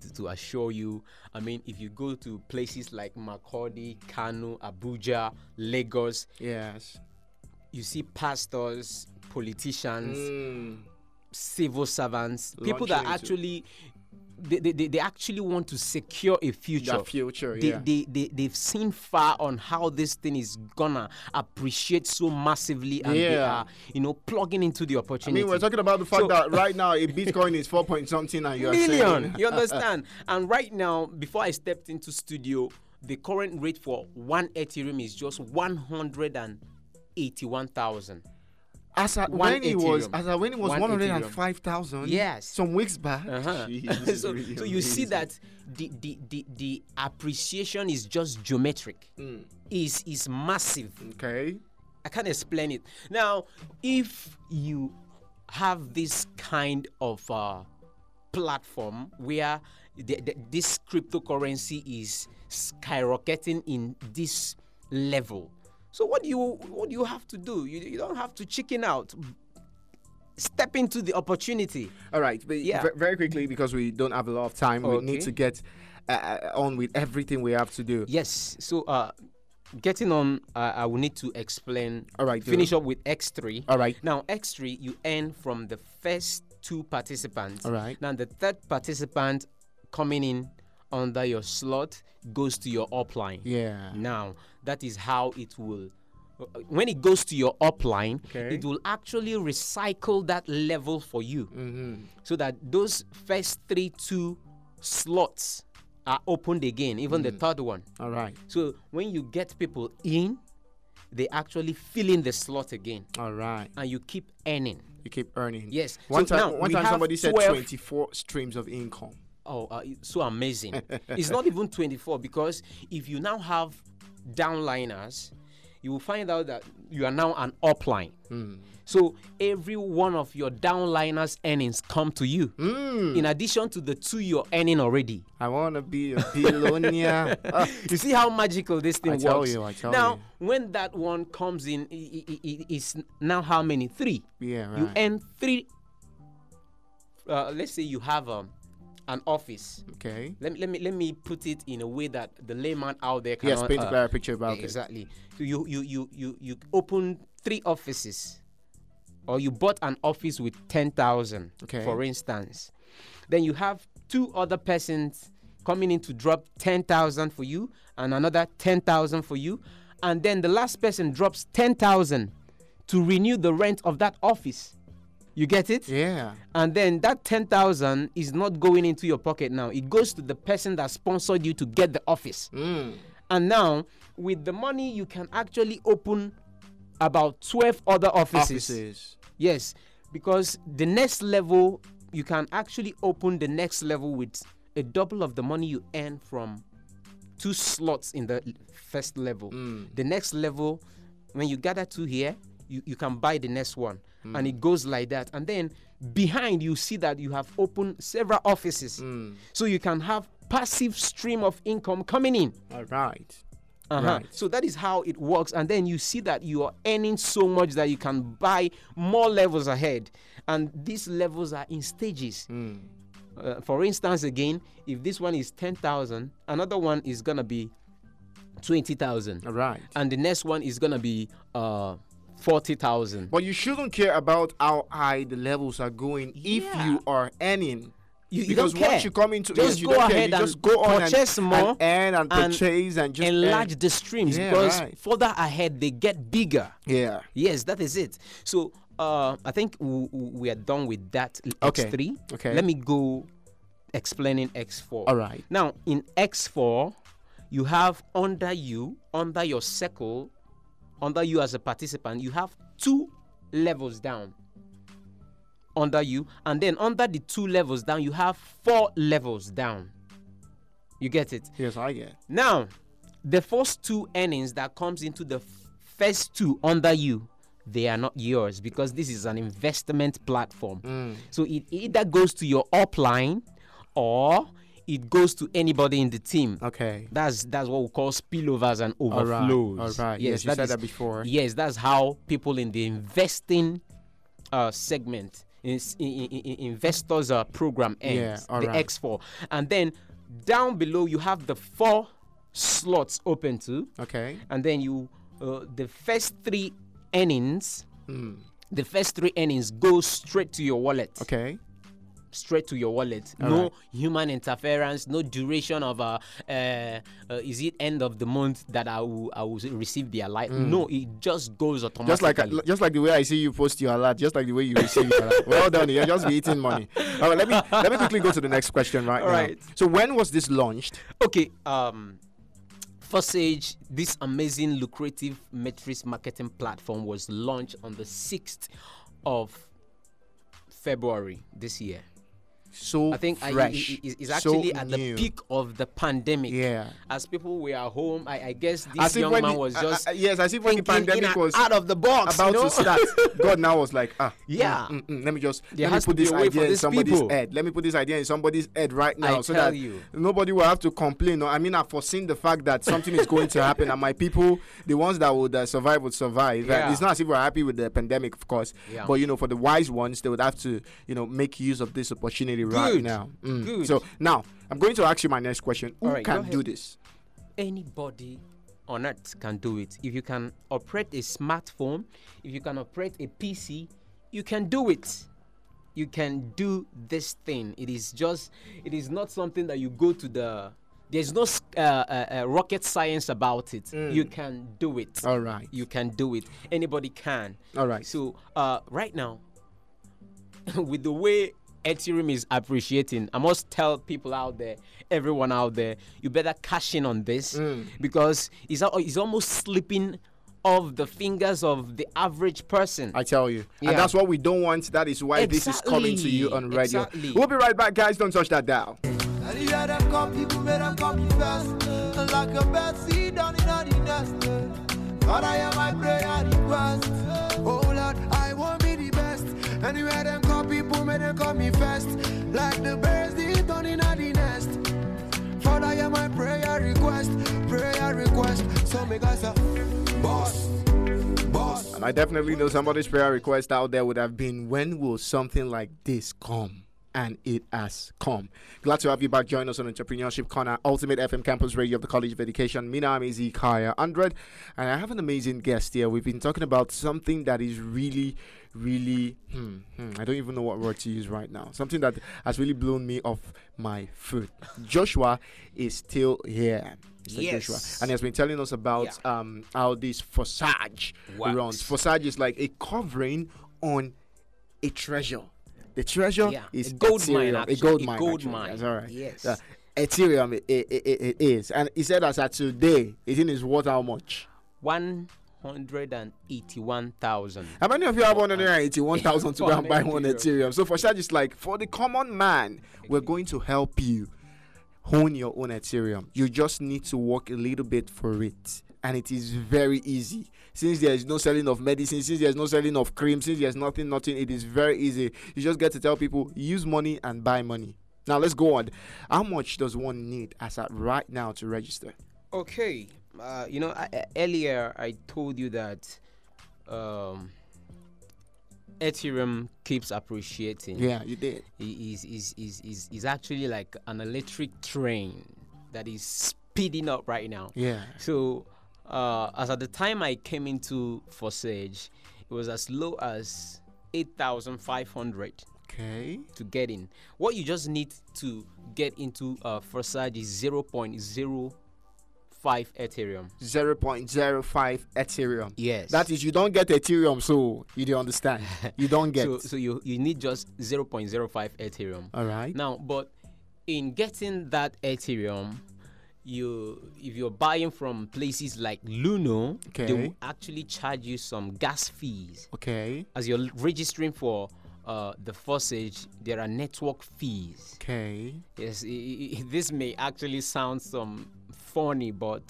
Speaker 3: To, to assure you, I mean, if you go to places like Makurdi, Kano, Abuja, Lagos,
Speaker 2: Yes.
Speaker 3: you see pastors,
Speaker 2: Hmm.
Speaker 3: Mm. politicians, civil servants, people that
Speaker 2: Launching into-
Speaker 3: actually they, they, they, they actually want to secure a future.
Speaker 2: That future,
Speaker 3: they,
Speaker 2: yeah.
Speaker 3: they, they, they've seen far on how this thing is gonna appreciate so massively and they
Speaker 2: Yeah.
Speaker 3: are, you know, plugging into the
Speaker 2: I
Speaker 3: opportunity.
Speaker 2: mean, we're talking about the fact
Speaker 3: So-
Speaker 2: that right now a Bitcoin is four point something, and you're
Speaker 3: million.
Speaker 2: saying
Speaker 3: You understand? and right now, before I stepped into studio, the current rate for one Ethereum is just one hundred and eighty-one thousand.
Speaker 2: as at
Speaker 3: One
Speaker 2: when it was
Speaker 3: Ethereum.
Speaker 2: as at when it was
Speaker 3: One
Speaker 2: one hundred and
Speaker 3: Ethereum.
Speaker 2: five thousand.
Speaker 3: Yes.
Speaker 2: some weeks back.
Speaker 3: Uh-huh.
Speaker 2: Jeez,
Speaker 3: so,
Speaker 2: really
Speaker 3: so you see
Speaker 2: amazing.
Speaker 3: that the the, the, the appreciation is just geometric.
Speaker 2: Mm.
Speaker 3: Is is massive.
Speaker 2: Okay.
Speaker 3: I can't explain it. Now, if you have this kind of uh, platform where the, the, this cryptocurrency is skyrocketing in this level, so what do you what do you have to do? You, you don't have to chicken out. Step into the opportunity.
Speaker 2: All right, but
Speaker 3: Yeah.
Speaker 2: ve- very quickly because we don't have a lot of time, we need
Speaker 3: Okay.
Speaker 2: to get uh, uh, on with everything we have to do.
Speaker 3: Yes. So, uh, getting on, uh, I will need to explain.
Speaker 2: All right, do.
Speaker 3: Finish up with X3.
Speaker 2: All right.
Speaker 3: Now, X3, you earn from the first two participants.
Speaker 2: All right.
Speaker 3: Now, the third participant coming in under your slot goes to your upline.
Speaker 2: Yeah.
Speaker 3: Now, that is how it will. uh, When it goes to your upline,
Speaker 2: Okay.
Speaker 3: it will actually recycle that level for you
Speaker 2: Mm-hmm.
Speaker 3: so that those first three, two slots are opened again, even
Speaker 2: Mm.
Speaker 3: the third one.
Speaker 2: All right.
Speaker 3: So when you get people in, they actually fill in the slot again
Speaker 2: All right.
Speaker 3: and you keep earning.
Speaker 2: You keep earning.
Speaker 3: Yes.
Speaker 2: One
Speaker 3: So
Speaker 2: time,
Speaker 3: now
Speaker 2: one
Speaker 3: we
Speaker 2: time
Speaker 3: have
Speaker 2: somebody said
Speaker 3: 12
Speaker 2: 24 streams of income.
Speaker 3: Oh, uh, it's so amazing. it's not even 24 because if you now have downliners, you will find out that you are now an upline. So every one of your downliners' earnings come to you. In addition to the two you're earning already.
Speaker 2: I want to be a billionaire. Ah,
Speaker 3: you see how magical this thing
Speaker 2: I tell
Speaker 3: works.
Speaker 2: you, I tell
Speaker 3: now,
Speaker 2: you.
Speaker 3: when that one comes in, i- i- i- i- it's now how many? Three.
Speaker 2: yeah, right.
Speaker 3: You earn three. Uh, let's say you have um, an office.
Speaker 2: okay.
Speaker 3: Let, me- let me let me put it in a way that the layman out there can
Speaker 2: Yes, paint a clearer picture about it.
Speaker 3: exactly. So you you you you you open three offices, or you bought an office with ten thousand,
Speaker 2: Okay.
Speaker 3: for instance. Then you have two other persons coming in to drop ten thousand for you, and another ten thousand for you, and then the last person drops ten thousand to renew the rent of that office. You get it?
Speaker 2: Yeah.
Speaker 3: and then that 10,000 is not going into your pocket now. It goes to the person that sponsored you to get the office. And now, with the money, you can actually open about 12 other offices.
Speaker 2: Offices.
Speaker 3: Yes, because the next level, you can actually open the next level with a double of the money you earn from two slots in the first level. The next level, when you gather two here, you, you can buy the next one. And it goes like that. And then behind, you see that you have opened several offices. So you can have passive stream of income coming in.
Speaker 2: All right.
Speaker 3: Uh-huh.
Speaker 2: Right.
Speaker 3: So that is how it works. And then you see that you are earning so much that you can buy more levels ahead. And these levels are in stages.
Speaker 2: Hmm.
Speaker 3: Uh, for instance, again, if this one is 10,000, another one is going to be 20,000.
Speaker 2: All right.
Speaker 3: And the next one is going to be uh, 40,000.
Speaker 2: But you shouldn't care about how high the levels are going if
Speaker 3: Yeah.
Speaker 2: you are earning.
Speaker 3: You- you
Speaker 2: because
Speaker 3: don't
Speaker 2: once
Speaker 3: care.
Speaker 2: you come into
Speaker 3: Just
Speaker 2: yes, you
Speaker 3: go
Speaker 2: don't care.
Speaker 3: ahead
Speaker 2: You
Speaker 3: and
Speaker 2: just go on
Speaker 3: purchase
Speaker 2: and,
Speaker 3: more
Speaker 2: and earn and
Speaker 3: and
Speaker 2: purchase and just earn.
Speaker 3: Enlarge the streams
Speaker 2: Yeah,
Speaker 3: because
Speaker 2: right.
Speaker 3: further ahead they get bigger.
Speaker 2: Yeah.
Speaker 3: Yes, that is it. So uh, I think w- w- we are done with that l-
Speaker 2: Okay,
Speaker 3: X3.
Speaker 2: okay.
Speaker 3: Let me go explaining X4.
Speaker 2: All right.
Speaker 3: Now in X4, you have under you, under your circle, under you as a participant, you have two levels down under you, and then under the two levels down, you have four levels down. You get it?
Speaker 2: Yes, I get.
Speaker 3: Now, the first two earnings that comes into the f- first two under you, they are not yours because this is an investment platform. So it either goes to your upline or it goes to anybody in the team.
Speaker 2: Okay.
Speaker 3: That's that's what we call spillovers and
Speaker 2: right,
Speaker 3: overflows.
Speaker 2: all right. Yes, you said
Speaker 3: is-
Speaker 2: that before.
Speaker 3: Yes, that's how people in the investing uh, segment, is, i- i- i- i- investors uh, program ends,
Speaker 2: all
Speaker 3: the
Speaker 2: right.
Speaker 3: X4. And then down below, you have the four slots open to,
Speaker 2: Okay.
Speaker 3: and then you, uh, the first three earnings, the first three earnings go straight to your wallet.
Speaker 2: Hmm. Okay.
Speaker 3: straight to your wallet.
Speaker 2: All
Speaker 3: no
Speaker 2: right.
Speaker 3: human interference. No duration of uh, uh, uh, is it end of the month that I will I will receive the alert? No, it just goes automatically.
Speaker 2: Mm. Just like just like the way I see you post your alert, just like the way you receive your alert. Well done, you'll just be eating money. All right, let me let me quickly go to the next question right
Speaker 3: All
Speaker 2: now.
Speaker 3: right.
Speaker 2: So when was this launched?
Speaker 3: okay um first stage this amazing lucrative metrics marketing platform was launched on the 6th of february this year
Speaker 2: So
Speaker 3: i think I-
Speaker 2: fresh,
Speaker 3: i- i- it's
Speaker 2: so
Speaker 3: actually at
Speaker 2: new.
Speaker 3: the peak of the pandemic
Speaker 2: Yeah.
Speaker 3: as people were home i, I guess this
Speaker 2: As if
Speaker 3: young
Speaker 2: when
Speaker 3: man
Speaker 2: the-
Speaker 3: was
Speaker 2: I-
Speaker 3: just
Speaker 2: I- yes, as if when the
Speaker 3: thinking in
Speaker 2: pandemic
Speaker 3: and
Speaker 2: was
Speaker 3: out of the box you
Speaker 2: about
Speaker 3: know?
Speaker 2: to start. God now was like, ah, mm,
Speaker 3: Yeah.
Speaker 2: mm, mm, let me just
Speaker 3: There
Speaker 2: let me
Speaker 3: has
Speaker 2: put
Speaker 3: to be
Speaker 2: this
Speaker 3: a way for
Speaker 2: idea in
Speaker 3: these
Speaker 2: somebody's
Speaker 3: people.
Speaker 2: head. Let me put this idea in somebody's head right now, so
Speaker 3: tell
Speaker 2: that
Speaker 3: you.
Speaker 2: nobody will have to complain. Or, I mean, I've foreseen the fact that something is going to happen, and my people, the ones that would uh, survive, would survive. And
Speaker 3: Yeah.
Speaker 2: it's not as if we're happy with the pandemic, of course,
Speaker 3: Yeah.
Speaker 2: but you know, for the wise ones, they would have to, you know, make use of this opportunity right
Speaker 3: Good.
Speaker 2: now. Mm.
Speaker 3: Good.
Speaker 2: So now, I'm going to ask you my next question: Who
Speaker 3: All right, go
Speaker 2: can do
Speaker 3: ahead.
Speaker 2: this?
Speaker 3: anybody on earth can do it. If you can operate a smartphone, if you can operate a PC, you can do it. You can do this thing. It is just, it is not something that you go to the. There's no s- uh, uh, uh, rocket science about it. You can do it.
Speaker 2: All right.
Speaker 3: You can do it. Anybody can.
Speaker 2: All right.
Speaker 3: So uh, right now, with the way Ethereum is appreciating, I must tell people out there, everyone out there, you better cash in on this because it's, al- it's almost slipping off the fingers of the average person.
Speaker 2: I tell you.
Speaker 3: Yeah.
Speaker 2: And that's what we don't want. That is why this is coming to you on
Speaker 3: Exactly.
Speaker 2: radio.
Speaker 3: Exactly.
Speaker 2: We'll be right back, guys. Don't touch that dial.
Speaker 1: And you hear them come, people make them come to best. And like a bird seed down in the nest. Father, hear my prayer request. Oh Lord, I want be the best. And you hear them come, people make them come me first. Like the birds did down in the nest. Father, hear my prayer request. Prayer request. So me guys are boss, boss.
Speaker 2: And I definitely know somebody's prayer request out there would have been when will something like this come? And it has come. Glad to have you back. Join us on Entrepreneurship Corner, Ultimate FM Campus Radio of the College of Education. Mina is Kaya Andred, and I have an amazing guest here. We've been talking about something that is really, really, hmm, hmm, I don't even know what word to use right now. Something that has really blown me off my foot. Joshua is still here. Mr. Joshua.
Speaker 3: Yes.
Speaker 2: And he has been telling us about um, how this forsage
Speaker 3: Works.
Speaker 2: runs. Forsage is like a covering on a treasure. The treasure
Speaker 3: Yeah,
Speaker 2: is
Speaker 3: a gold mine,
Speaker 2: Ethereum,
Speaker 3: actually,
Speaker 2: A gold
Speaker 3: a
Speaker 2: mine.
Speaker 3: gold
Speaker 2: actually,
Speaker 3: mine,
Speaker 2: That's all right.
Speaker 3: yes.
Speaker 2: Uh, Ethereum i- i- i- i- it is. And he said as at today, it is worth how much?
Speaker 3: 181,000.
Speaker 2: How many of you have 181,000 to go and buy one
Speaker 3: Ethereum.
Speaker 2: Ethereum? So for Shaj, it's like for the common man, we're going to help you hone your own Ethereum. You just need to work a little bit for it. And it is very easy. Since there is no selling of medicine, since there's no selling of cream, since there's nothing, nothing, it is very easy. You just get to tell people use money and buy money. Now let's go on. How much does one need as at right now to register?
Speaker 3: Okay. Uh, you know, I, I- earlier I told you that um, Ethereum keeps appreciating.
Speaker 2: Yeah, you did.
Speaker 3: I- Is, is, is, is, is actually like an electric train that is speeding up right now.
Speaker 2: Yeah.
Speaker 3: So, uh, as at the time I came into Forsage, it was as low as 8,500
Speaker 2: Okay.
Speaker 3: to get in. What you just need to get into uh, Forsage is 0.05 Ethereum.
Speaker 2: 0.05 Ethereum.
Speaker 3: Yes.
Speaker 2: That is, you don't get Ethereum, so you do understand. You don't get.
Speaker 3: So, so you, you need just 0.05 Ethereum.
Speaker 2: All right.
Speaker 3: Now, but in getting that Ethereum, you if you're buying from places like Luno, they
Speaker 2: Okay.
Speaker 3: will actually charge you some gas fees.
Speaker 2: Okay.
Speaker 3: As you're registering for uh, the Forsage, there are network fees.
Speaker 2: Okay.
Speaker 3: Yes, i- i- i- this may actually sound some funny, but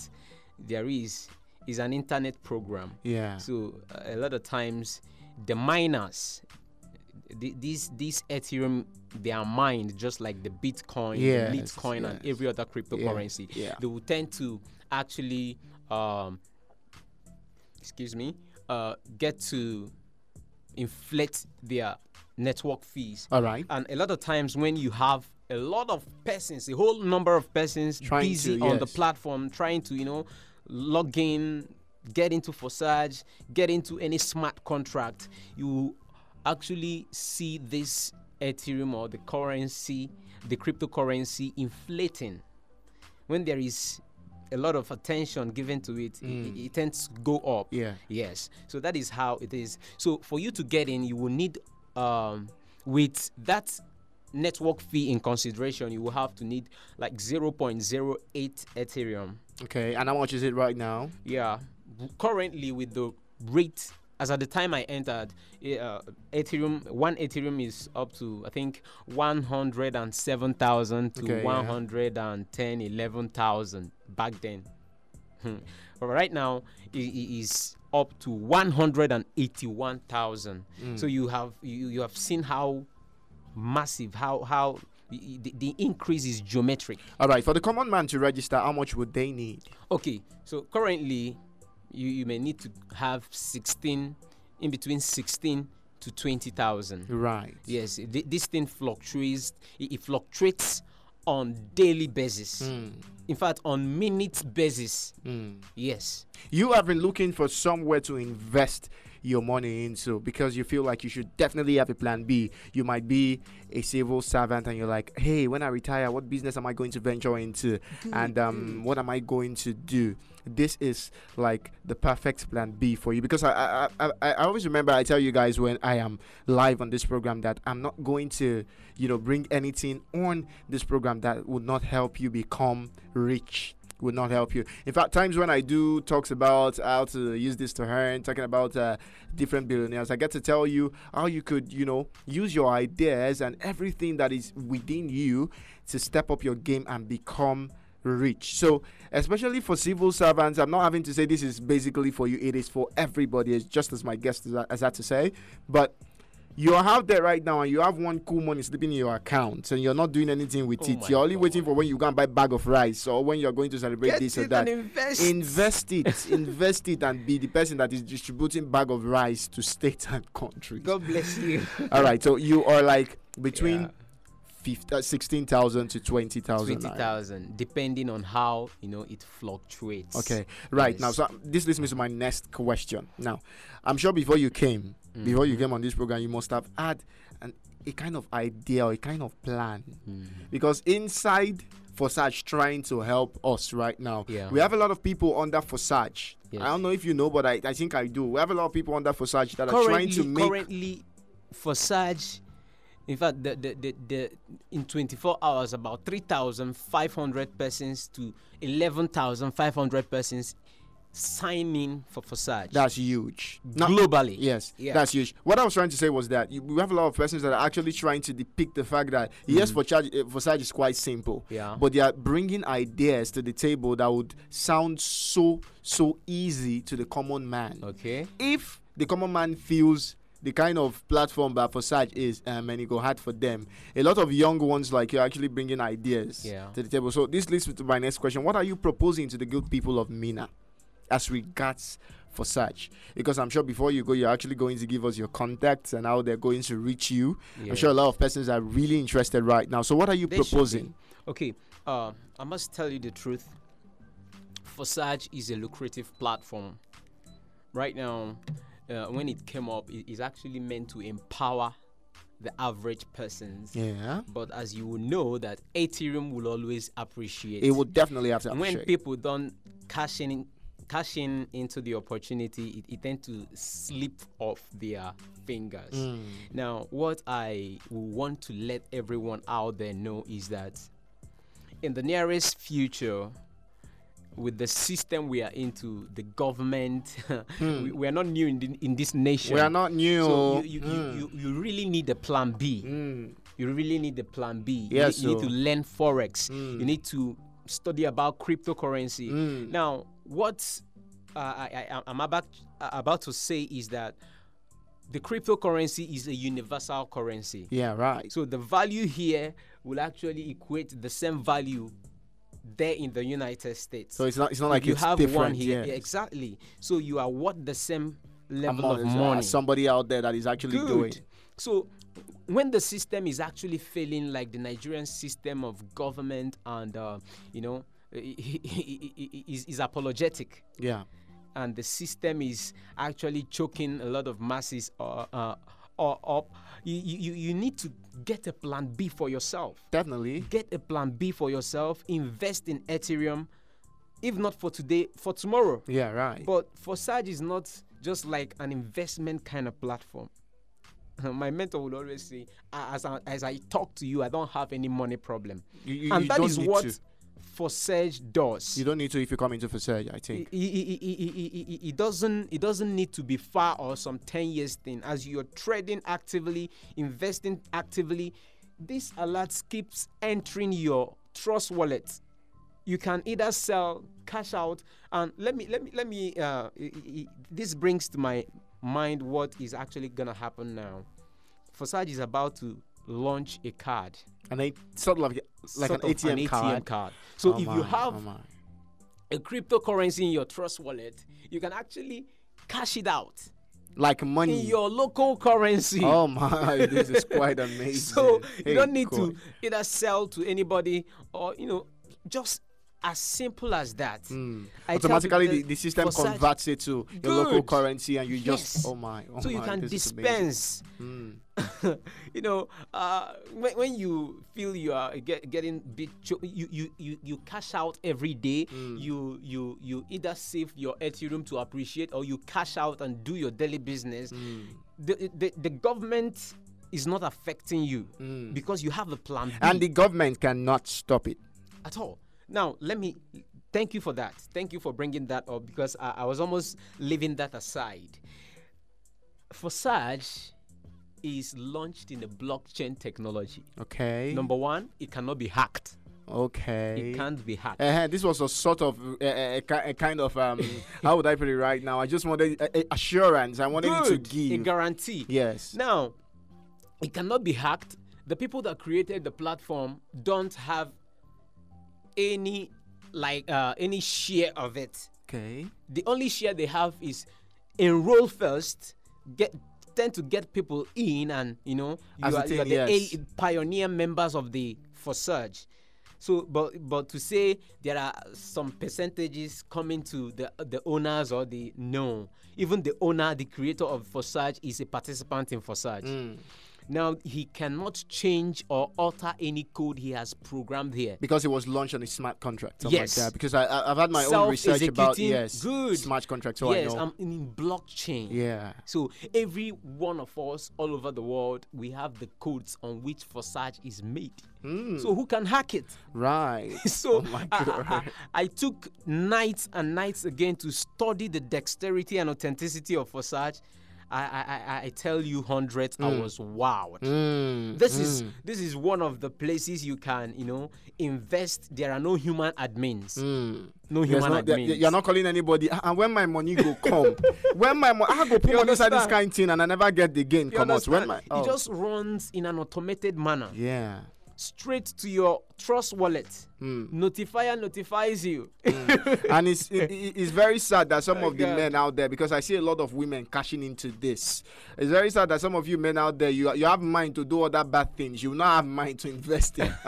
Speaker 3: there is is an internet program.
Speaker 2: Yeah.
Speaker 3: So uh, a lot of times, the miners, th- these these Ethereum, they are mined just like the Bitcoin, the
Speaker 2: Yes,
Speaker 3: Litecoin, and
Speaker 2: yes.
Speaker 3: every other cryptocurrency.
Speaker 2: yeah.
Speaker 3: They will tend to actually, um, excuse me, uh, get to inflate their network fees.
Speaker 2: All right.
Speaker 3: And a lot of times when you have a lot of persons, a whole number of persons
Speaker 2: Trying
Speaker 3: busy
Speaker 2: to,
Speaker 3: on the
Speaker 2: yes.
Speaker 3: platform trying to, you know, log in, get into Forsage, get into any smart contract, you actually see this Ethereum or the currency, the cryptocurrency inflating, when there is a lot of attention given to it, it, it tends to go up.
Speaker 2: Yeah.
Speaker 3: Yes. So that is how it is. So for you to get in, you will need, um, with that network fee in consideration, you will have to need like 0.08 Ethereum.
Speaker 2: Okay, and how much is it right now?
Speaker 3: Yeah. W- Currently, with the rate as at the time I entered, eh, uh, Ethereum one Ethereum is up to I think one hundred and seven thousand to
Speaker 2: Okay, yeah.
Speaker 3: one hundred and ten, eleven thousand back then. Hmm. but right now, it, it is up to one hundred and eighty-one thousand.
Speaker 2: Hmm.
Speaker 3: So you have you, you have seen how massive how how i- i- the, the increase is geometric.
Speaker 2: All right, for the common man to register, how much would they need?
Speaker 3: Okay, so currently you, you may need to have 16 in between 16 to 20,000.
Speaker 2: Right.
Speaker 3: Yes, th- this thing fluctuates, it, it fluctuates on daily basis.
Speaker 2: Hmm.
Speaker 3: In fact, on minute basis. Yes.
Speaker 2: You have been looking for somewhere to invest your money into because you feel like you should definitely have a plan B. You might be a civil servant and you're like, hey, when I retire, what business am I going to venture into? and um, what am I going to do? This is like the perfect plan B for you because I, I, I, I I always remember I tell you guys when I am live on this program that I'm not going to, you know, bring anything on this program that would not help you become rich would not help you. In fact, times when I do talks about how to use this to earn, talking about uh, different billionaires, I get to tell you how you could, you know, use your ideas and everything that is within you to step up your game and become rich. So, especially for civil servants, I'm not having to say this is basically for you. It is for everybody. It's just as my guest is- has had to say, but. You're out there right now, and you have one cool money sleeping in your account, and you're not doing anything with
Speaker 3: Oh
Speaker 2: it.
Speaker 3: my
Speaker 2: You're only
Speaker 3: God.
Speaker 2: waiting for when you go and buy bag of rice or when you're going to celebrate this or that.
Speaker 3: invest.
Speaker 2: Invest it, invest it, and be the person that is distributing bag of rice to states and countries.
Speaker 3: God bless you.
Speaker 2: All right, so you are like between
Speaker 3: Yeah.
Speaker 2: 50, uh, sixteen thousand to twenty thousand.
Speaker 3: 20,000 depending on how, you know, it fluctuates.
Speaker 2: Okay, right now,
Speaker 3: Yes.
Speaker 2: so this leads me to my next question. Now, I'm sure before you came,
Speaker 3: Mm-hmm.
Speaker 2: before you came on this program, you must have had an, a kind of idea or a kind of plan,
Speaker 3: Mm-hmm.
Speaker 2: because inside Forsage trying to help us right now,
Speaker 3: Yeah.
Speaker 2: we have a lot of people under Forsage.
Speaker 3: Yes.
Speaker 2: I don't know if you know, but I, I think I do. We have a lot of people under Forsage that are trying to make
Speaker 3: currently for Saj, in fact, the, the, the, the in 24 hours, about 3,500 persons to 11,500 persons signing for Forsage
Speaker 2: that's huge. Now-
Speaker 3: globally.
Speaker 2: Yes,
Speaker 3: Yeah.
Speaker 2: that's huge. What I was trying to say was that you, we have a lot of persons that are actually trying to depict the fact that yes, for charge, uh, for charge is quite simple.
Speaker 3: Mm. Yeah.
Speaker 2: But they are bringing ideas to the table that would sound so so easy to the common man.
Speaker 3: Okay.
Speaker 2: If the common man feels the kind of platform that for such is um, and it go hard for them. A lot of young ones like you are actually bringing ideas
Speaker 3: Yeah.
Speaker 2: to the table. So this leads me to my next question: What are you proposing to the good people of Mina? as regards for such because i'm sure before you go you're actually going to give us your contacts and how they're going to reach you i'm
Speaker 3: Yes.
Speaker 2: sure a lot of persons are really interested right now so what are you
Speaker 3: They should be.
Speaker 2: proposing
Speaker 3: Okay. Uh, I must tell you the truth. Forsage is a lucrative platform. Right now, uh, when it came up, it is actually meant to empower the average persons.
Speaker 2: yeah
Speaker 3: but as you will know that ethereum will always appreciate
Speaker 2: it would definitely have to
Speaker 3: when
Speaker 2: appreciate.
Speaker 3: people don't cash in cash in into the opportunity it, it tends to slip off their fingers
Speaker 2: Hmm.
Speaker 3: now what i will want to let everyone out there know is that in the nearest future with the system we are into the government we, we are not new in, the, in this nation
Speaker 2: Hmm. we are not new
Speaker 3: so you, you,
Speaker 2: Hmm.
Speaker 3: you, you, you really need a plan B. You really need a plan B. You
Speaker 2: Yeah,
Speaker 3: need-
Speaker 2: Hmm.
Speaker 3: you,
Speaker 2: so- Hmm.
Speaker 3: need to learn forex. You need to study about cryptocurrency. Now, what uh, I, I, I'm about about to say is that the cryptocurrency is a universal currency.
Speaker 2: yeah right
Speaker 3: So the value here will actually equate the same value there in the United States.
Speaker 2: so it's not it's not like
Speaker 3: you
Speaker 2: it's
Speaker 3: have
Speaker 2: different
Speaker 3: one here,
Speaker 2: yeah.
Speaker 3: exactly. So you are worth the same level
Speaker 2: Among-
Speaker 3: of
Speaker 2: uh,
Speaker 3: money.
Speaker 2: somebody out there that is actually doing
Speaker 3: Good. So when the system is actually failing, like the Nigerian system of government and uh, you know is, is apologetic,
Speaker 2: yeah
Speaker 3: and the system is actually choking a lot of masses uh, uh, or up, you, you, you need to get a plan B for yourself.
Speaker 2: Definitely.
Speaker 3: Get a plan B for yourself. Invest in Ethereum, if not for today, for tomorrow.
Speaker 2: Yeah, right.
Speaker 3: But Forsage is not just like an investment kind of platform. My mentor would always say, as I, as I talk to you, I don't have any money problem.
Speaker 2: You- you-
Speaker 3: and
Speaker 2: you
Speaker 3: that
Speaker 2: don't
Speaker 3: is
Speaker 2: need
Speaker 3: what
Speaker 2: to.
Speaker 3: Forsage does.
Speaker 2: You don't need to if you come into Versailles, I
Speaker 3: He-
Speaker 2: think.
Speaker 3: he- he- he- he- he- he- he doesn't it doesn't need to be far or some 10 years thing as you're trading actively investing actively this alert keeps entering your trust wallet you can either sell cash out and let me let me let me uh, i- i- i- this brings to my mind what is actually gonna happen now Forsage is about to launch a card
Speaker 2: And they sort of like, like
Speaker 3: sort
Speaker 2: an,
Speaker 3: of
Speaker 2: ATM card.
Speaker 3: so
Speaker 2: Oh
Speaker 3: if you
Speaker 2: my,
Speaker 3: have
Speaker 2: oh my.
Speaker 3: a cryptocurrency in your trust wallet, you can actually cash it out
Speaker 2: like money.
Speaker 3: in your local currency.
Speaker 2: Hmm. oh my, this is quite amazing.
Speaker 3: so
Speaker 2: Hey,
Speaker 3: you don't need
Speaker 2: God.
Speaker 3: to either sell to anybody or you know just as simple as that. I tell
Speaker 2: Hmm. Automatically,
Speaker 3: people
Speaker 2: the, the system
Speaker 3: for such-
Speaker 2: converts it to your local
Speaker 3: Good.
Speaker 2: currency, and you just
Speaker 3: Yes.
Speaker 2: oh my, oh
Speaker 3: so you
Speaker 2: my,
Speaker 3: can
Speaker 2: this is amazing. Hmm.
Speaker 3: dispense. you know, uh, when, when you feel you are get, getting bit, cho- you, you you you cash out every day.
Speaker 2: Hmm.
Speaker 3: You you you either save your Ethereum to appreciate, or you cash out and do your daily business.
Speaker 2: Hmm.
Speaker 3: The, the the government is not affecting you because you have a plan B
Speaker 2: Hmm. And the government cannot stop it.
Speaker 3: at all. Now, let me thank you for that. Thank you for bringing that up because I, I was almost leaving that aside. Forsage is launched in the blockchain technology.
Speaker 2: Okay.
Speaker 3: Number one, it cannot be hacked.
Speaker 2: okay.
Speaker 3: It can't be hacked.
Speaker 2: Uh-huh, this was a sort of uh, a, a kind of um, how would I put it right now? I just wanted a, a assurance. I wanted you to
Speaker 3: Good. A
Speaker 2: give.
Speaker 3: guarantee.
Speaker 2: yes.
Speaker 3: Now, it cannot be hacked. The people that created the platform don't have any like uh, any share of it.
Speaker 2: Okay.
Speaker 3: the only share they have is enroll first get tend to get people in and you know you
Speaker 2: As a
Speaker 3: are, you
Speaker 2: team,
Speaker 3: are the
Speaker 2: yes.
Speaker 3: a, pioneer members of the for surge so but but to say there are some percentages coming to the the owners or the no even the owner the creator of for surge is a participant in for surge
Speaker 2: Hmm.
Speaker 3: now he cannot change or alter any code he has programmed here
Speaker 2: Because it was launched on a smart contract. something
Speaker 3: Yes.
Speaker 2: Like that. Because I, I, I've had my own research about
Speaker 3: Self-executing,
Speaker 2: yes,
Speaker 3: good.
Speaker 2: smart contract. So
Speaker 3: yes um,
Speaker 2: I know.
Speaker 3: i'm in blockchain
Speaker 2: yeah.
Speaker 3: So every one of us all over the world, we have the codes on which Forsage is made. So who can hack it?
Speaker 2: Right.
Speaker 3: So
Speaker 2: Hmm.
Speaker 3: uh,
Speaker 2: Oh my
Speaker 3: I-
Speaker 2: God.
Speaker 3: I, I- I took nights and nights again to study the dexterity and authenticity of Forsage. I, I, I, I tell you, hundreds, I
Speaker 2: Hmm.
Speaker 3: was wowed.
Speaker 2: Mm,
Speaker 3: This is this is one of the places you can, you know, invest. There are no human admins.
Speaker 2: mm.
Speaker 3: No
Speaker 2: There's
Speaker 3: human
Speaker 2: no- there-
Speaker 3: admins.
Speaker 2: you're not calling anybody. And when my money go come, when my money, I go put
Speaker 3: You
Speaker 2: money inside this
Speaker 3: understand?
Speaker 2: kind thing, and I never get the gain
Speaker 3: You
Speaker 2: come out. When
Speaker 3: understand?
Speaker 2: my
Speaker 3: It
Speaker 2: oh.
Speaker 3: just runs in an automated manner.
Speaker 2: yeah.
Speaker 3: straight to your trust wallet.
Speaker 2: Hmm.
Speaker 3: Notifier notifies you.
Speaker 2: and it's it, it- it's very sad that some of the
Speaker 3: God.
Speaker 2: men out there because I see a lot of women cashing into this. It's very sad that some of you men out there you you have mind to do other bad things. You not have mind to invest in.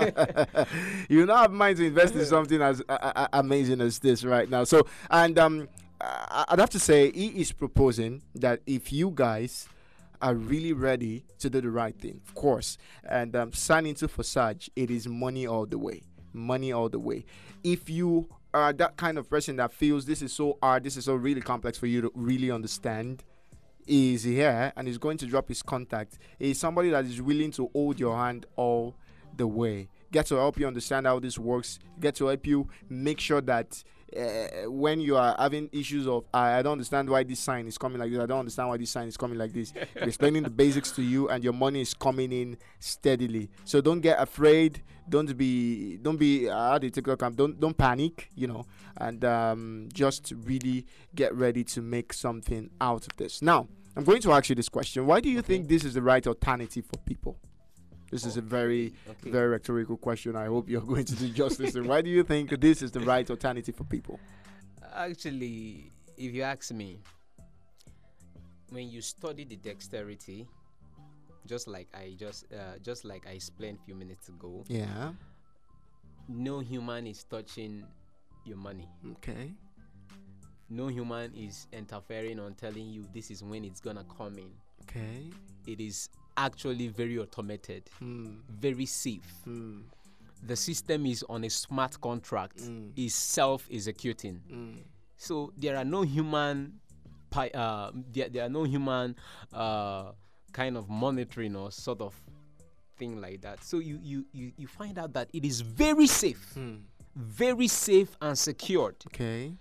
Speaker 2: you not have mind to invest in something as uh, uh, amazing as this right now. So and um, I- I'd have to say he is proposing that if you guys are really ready to do the right thing, of course. And um, sign into Forsage, it is money all the way. Money all the way. If you are that kind of person that feels this is so hard, this is so really complex for you to really understand, is here and is going to drop his contact. He's somebody that is willing to hold your hand all the way. Get to help you understand how this works. Get to help you make sure that uh, when you are having issues of I, I don't understand why this sign is coming like this. I don't understand why this sign is coming like this. We're explaining the basics to you, and your money is coming in steadily. So don't get afraid. Don't be don't be uh, how do you take camp. Don't don't panic. You know, and um, just really get ready to make something out of this. Now, I'm going to ask you this question. Why do you think this is the right alternative for people? This is a very,
Speaker 3: okay.
Speaker 2: very rhetorical question. I hope you're going to do justice. to. Why do you think this is the right alternative for people?
Speaker 3: Actually, if you ask me, when you study the dexterity, just like I just uh, just like I explained a few minutes ago,
Speaker 2: Yeah.
Speaker 3: no human is touching your money.
Speaker 2: Hmm. Okay.
Speaker 3: No human is interfering on telling you this is when it's gonna come in.
Speaker 2: Okay.
Speaker 3: It is actually very automated,
Speaker 2: Mm.
Speaker 3: very safe.
Speaker 2: Mm.
Speaker 3: The system is on a smart contract,
Speaker 2: Mm.
Speaker 3: is self executing.
Speaker 2: Mm.
Speaker 3: So there are no human, pi- uh, there, there are no human uh, kind of monitoring or sort of thing like that. So you, you, you, you find out that it is very safe,
Speaker 2: Mm.
Speaker 3: very safe and secured.
Speaker 2: Okay.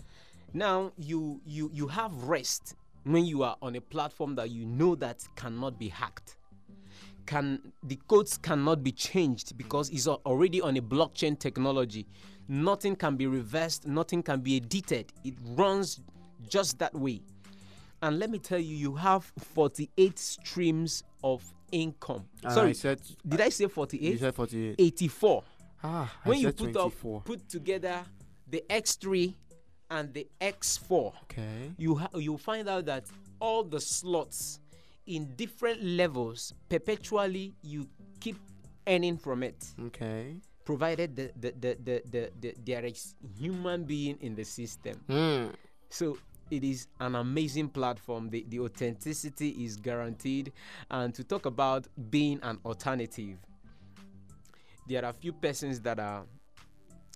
Speaker 3: Now you, you, you have rest when you are on a platform that you know that cannot be hacked. Can the codes cannot be changed because it's al- already on a blockchain technology. Nothing can be reversed, nothing can be edited. It runs just that way. And let me tell you, you have 48 streams of income.
Speaker 2: Uh, I
Speaker 3: Sorry,
Speaker 2: said
Speaker 3: did I say
Speaker 2: you
Speaker 3: 48?
Speaker 2: said 48.
Speaker 3: 84
Speaker 2: Ah, I
Speaker 3: when you
Speaker 2: said
Speaker 3: put
Speaker 2: 24.
Speaker 3: up put together the X3 and the X4,
Speaker 2: okay.
Speaker 3: you ha- you find out that all the slots in different levels perpetually you keep earning from it,
Speaker 2: Okay.
Speaker 3: provided the the the the, the, the there is human being in the system.
Speaker 2: Mm.
Speaker 3: So. It is an amazing platform. The, the authenticity is guaranteed. And to talk about being an alternative, there are few persons that are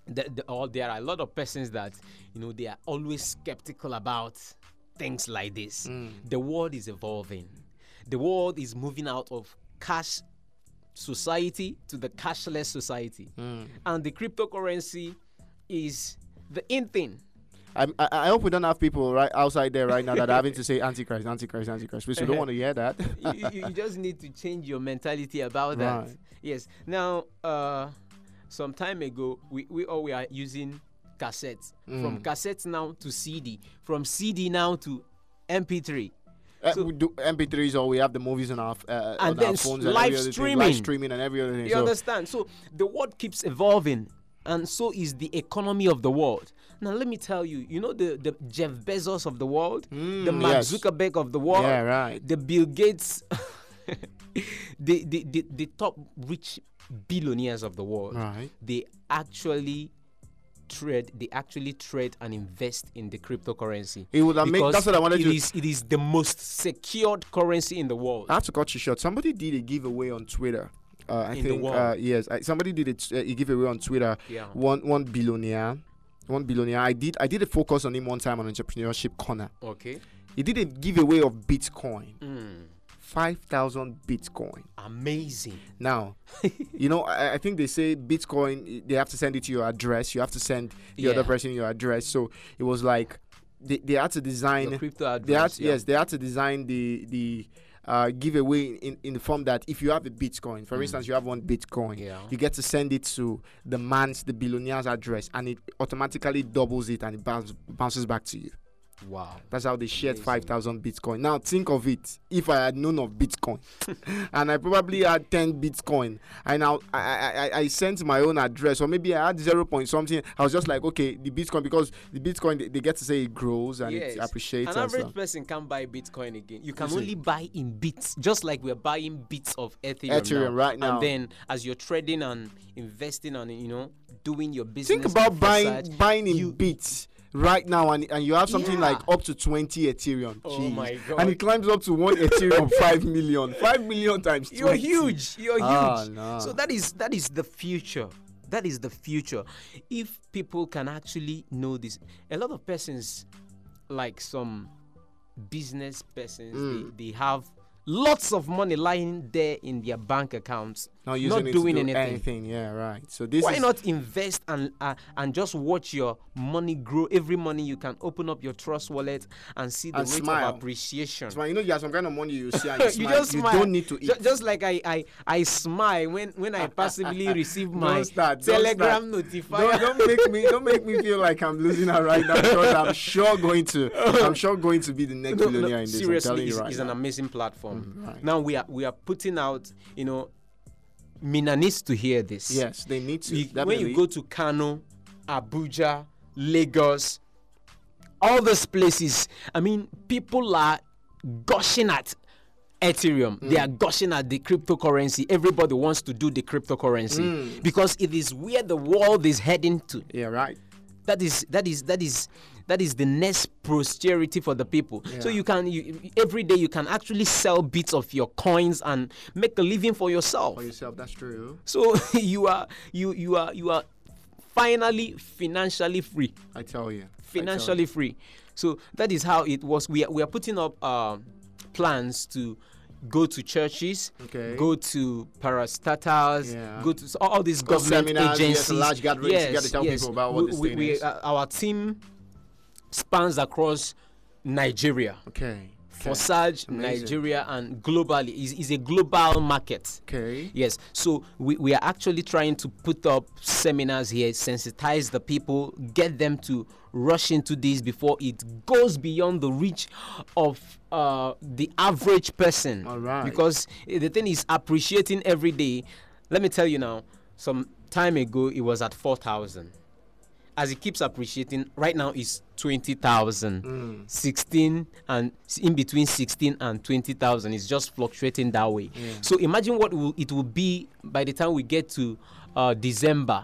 Speaker 3: that, the- or there are a lot of persons that you know they are always skeptical about things like this the world is evolving the world is moving out of cash society to the cashless society and the cryptocurrency is the in thing
Speaker 2: I'm- I, I hope we don't have people right outside there right now that are having to say Antichrist, Antichrist, Antichrist. Please, we don't want to hear that.
Speaker 3: you, you- you just need to change your mentality about that.
Speaker 2: Right.
Speaker 3: Yes. Now, uh, some time ago, we, we all were using cassettes.
Speaker 2: Mm.
Speaker 3: From cassettes now to CD. From CD now to MP3.
Speaker 2: Uh,
Speaker 3: So-
Speaker 2: we do MP3s or we have the movies on our f- uh, on
Speaker 3: And
Speaker 2: our
Speaker 3: then
Speaker 2: phones
Speaker 3: s-
Speaker 2: and
Speaker 3: live
Speaker 2: every other thing,
Speaker 3: streaming.
Speaker 2: live streaming and every other thing.
Speaker 3: You
Speaker 2: so,
Speaker 3: understand? So the world keeps evolving, and so is the economy of the world. Now, let me tell you, you know the, the Jeff Bezos of the world, the
Speaker 2: Mm,
Speaker 3: Mark
Speaker 2: yes.
Speaker 3: Zuckerberg of the world,
Speaker 2: Yeah, right.
Speaker 3: the Bill Gates, the, the, the, the top rich billionaires of the world.
Speaker 2: Right.
Speaker 3: They actually trade they actually trade and invest in the cryptocurrency
Speaker 2: It would have made-
Speaker 3: Because
Speaker 2: that's what I wanted
Speaker 3: it
Speaker 2: to-
Speaker 3: is- it is the most secured currency in the world
Speaker 2: I have to cut you short. Somebody did a giveaway on Twitter. Uh, I
Speaker 3: In the
Speaker 2: think
Speaker 3: world.
Speaker 2: uh, yes, I, somebody did a, t- uh, a giveaway on Twitter.
Speaker 3: Yeah.
Speaker 2: One one billionaire, one billionaire. I did I did a focus on him one time on entrepreneurship corner.
Speaker 3: okay
Speaker 2: He did a giveaway of Bitcoin,
Speaker 3: Mm.
Speaker 2: five thousand Bitcoin.
Speaker 3: amazing
Speaker 2: Now, you know, I, I think they say Bitcoin, i- they have to send it to your address. You have to send the other
Speaker 3: Yeah.
Speaker 2: person your address. So it was like they, they had to design.
Speaker 3: Your crypto
Speaker 2: they had,
Speaker 3: address, yeah.
Speaker 2: Yes, they had to design the the uh, giveaway in, in the form that if you have a Bitcoin, for instance, you have one Bitcoin,
Speaker 3: Mm. Yeah.
Speaker 2: you get to send it to the man's, the billionaire's address, and it automatically doubles it and it bounce, bounces back to you.
Speaker 3: Wow.
Speaker 2: That's how they shared 5,000 Bitcoin. Now, think of it. If I had known of Bitcoin and I probably had 10 Bitcoin, and I, I, I, I sent my own address, or maybe I had 0 point something, I was just like, okay, the Bitcoin, because the Bitcoin, they, they get to say it grows and it appreciates
Speaker 3: An
Speaker 2: and
Speaker 3: average
Speaker 2: stuff.
Speaker 3: person can't buy Bitcoin again. You can
Speaker 2: Listen.
Speaker 3: only buy in bits, just like we're buying bits of Ethereum,
Speaker 2: Ethereum right now.
Speaker 3: And then as you're trading and investing and you know doing your business,
Speaker 2: Think about
Speaker 3: on
Speaker 2: buying
Speaker 3: Firstside,
Speaker 2: buying in
Speaker 3: you-
Speaker 2: bits right now, and, and you have something
Speaker 3: Yeah.
Speaker 2: like up to 20 Ethereum.
Speaker 3: Oh
Speaker 2: Jeez.
Speaker 3: my
Speaker 2: And
Speaker 3: God.
Speaker 2: it climbs up to 1 Ethereum, 5 million. 5 million times 20.
Speaker 3: You're huge. You're huge.
Speaker 2: Ah, no.
Speaker 3: So that is that is the future. That is the future. If people can actually know this, a lot of persons, like some business persons,
Speaker 2: Mm.
Speaker 3: they, they have lots of money lying there in their bank accounts,
Speaker 2: Not, using it to
Speaker 3: doing
Speaker 2: do
Speaker 3: anything.
Speaker 2: Yeah, right. So this
Speaker 3: Why
Speaker 2: is
Speaker 3: not invest and uh, and just watch your money grow every morning? You can open up your trust wallet and see the
Speaker 2: And
Speaker 3: rate
Speaker 2: smile.
Speaker 3: of appreciation.
Speaker 2: That's why you know you have some kind of money you see and you,
Speaker 3: you
Speaker 2: smile.
Speaker 3: just
Speaker 2: you
Speaker 3: smile.
Speaker 2: don't need to
Speaker 3: Ju-
Speaker 2: eat.
Speaker 3: Just, like I, I, I smile when, when I passively receive
Speaker 2: Don't
Speaker 3: my
Speaker 2: start, don't
Speaker 3: telegram
Speaker 2: start.
Speaker 3: notifier.
Speaker 2: Don't, don't make me don't make me feel like I'm losing out right now because I'm sure going to I'm sure going to be the next
Speaker 3: No, no,
Speaker 2: billionaire in this. I'm
Speaker 3: seriously,
Speaker 2: telling you
Speaker 3: it's,
Speaker 2: right
Speaker 3: it's an
Speaker 2: now.
Speaker 3: amazing platform.
Speaker 2: Mm, right.
Speaker 3: Now we are we are putting out, you know, Mina needs to hear this.
Speaker 2: yes, they need to.
Speaker 3: You- when
Speaker 2: definitely.
Speaker 3: you go to Kano, Abuja, Lagos, all those places, I mean, people are gushing at Ethereum.
Speaker 2: Mm.
Speaker 3: They are gushing at the cryptocurrency. Everybody wants to do the
Speaker 2: Mm.
Speaker 3: cryptocurrency because it is where the world is heading to.
Speaker 2: yeah, right.
Speaker 3: That is that is that is that is the next prosperity for the people. So
Speaker 2: Yeah.
Speaker 3: you can you, every day you can actually sell bits of your coins and make a living for yourself.
Speaker 2: For yourself, that's true.
Speaker 3: So you are you you are you are finally financially free.
Speaker 2: I tell you. I tell you.
Speaker 3: Financially free. So that is how it was. We are, we are putting up um plans to go to churches,
Speaker 2: Okay.
Speaker 3: go to parastatals,
Speaker 2: Yeah.
Speaker 3: go to so all all these government
Speaker 2: seminars, yes,
Speaker 3: agencies.
Speaker 2: large gatherings, you
Speaker 3: Yes,
Speaker 2: gotta tell
Speaker 3: yes.
Speaker 2: people about what
Speaker 3: we,
Speaker 2: this
Speaker 3: we-
Speaker 2: thing
Speaker 3: we-
Speaker 2: is.
Speaker 3: uh, our team spans across Nigeria.
Speaker 2: Okay.
Speaker 3: For
Speaker 2: okay,
Speaker 3: such
Speaker 2: Amazing.
Speaker 3: Nigeria and globally is is a global market.
Speaker 2: Okay.
Speaker 3: Yes, so we, we are actually trying to put up seminars here, sensitize the people, get them to rush into this before it goes beyond the reach of uh, the average person.
Speaker 2: All right.
Speaker 3: Because eh, the thing is appreciating every day. Let me tell you now, some time ago it was at 4,000. As it keeps appreciating, right now it's 20,000, 16, and s- in between 16 and 20,000. It's just fluctuating that way. So imagine what will, it will be by the time we get to uh, December.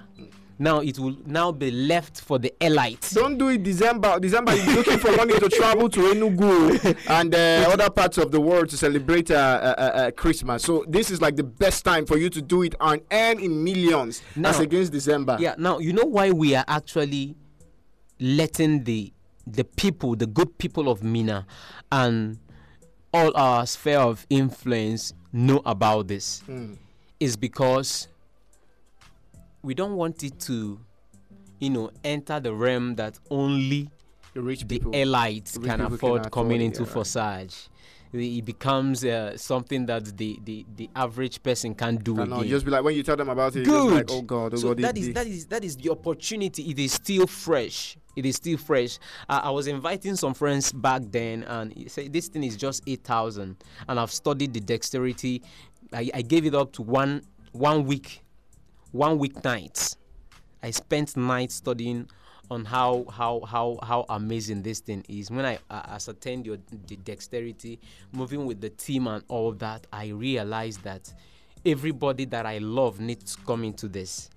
Speaker 3: Now it will now be left for the elite.
Speaker 2: Don't do it December. December, you're looking for money to travel to Enugu and uh, other parts of the world to celebrate uh, uh, uh, uh, Christmas. So this is like the best time for you to do it and earn in millions as
Speaker 3: Now-
Speaker 2: against December.
Speaker 3: Yeah. Now you know why we are actually letting the the people, the good people of Mina, and all our sphere of influence know about this
Speaker 2: Hmm.
Speaker 3: is because we don't want it to, you know, enter the realm that only
Speaker 2: The rich
Speaker 3: the
Speaker 2: people.
Speaker 3: elites
Speaker 2: Rich people
Speaker 3: can
Speaker 2: can
Speaker 3: afford
Speaker 2: afford
Speaker 3: coming
Speaker 2: it,
Speaker 3: into
Speaker 2: yeah, right.
Speaker 3: Forsage. It becomes uh, something that the, the, the average person can't do
Speaker 2: I know,
Speaker 3: again.
Speaker 2: just be like when you tell them about it, just
Speaker 3: Good.
Speaker 2: like, oh God, oh
Speaker 3: so
Speaker 2: God, they-
Speaker 3: that is
Speaker 2: they-
Speaker 3: that is that is the opportunity. It is still fresh. It is still fresh. I, I was inviting some friends back then, and he said this thing is just eight thousand, and I've studied the dexterity. I, I gave it up to one one week, one week nights. I spent nights studying on how how how how amazing this thing is. When I uh, ascertained your the dexterity, moving with the team and all that, I realized that everybody that I love needs to come into this.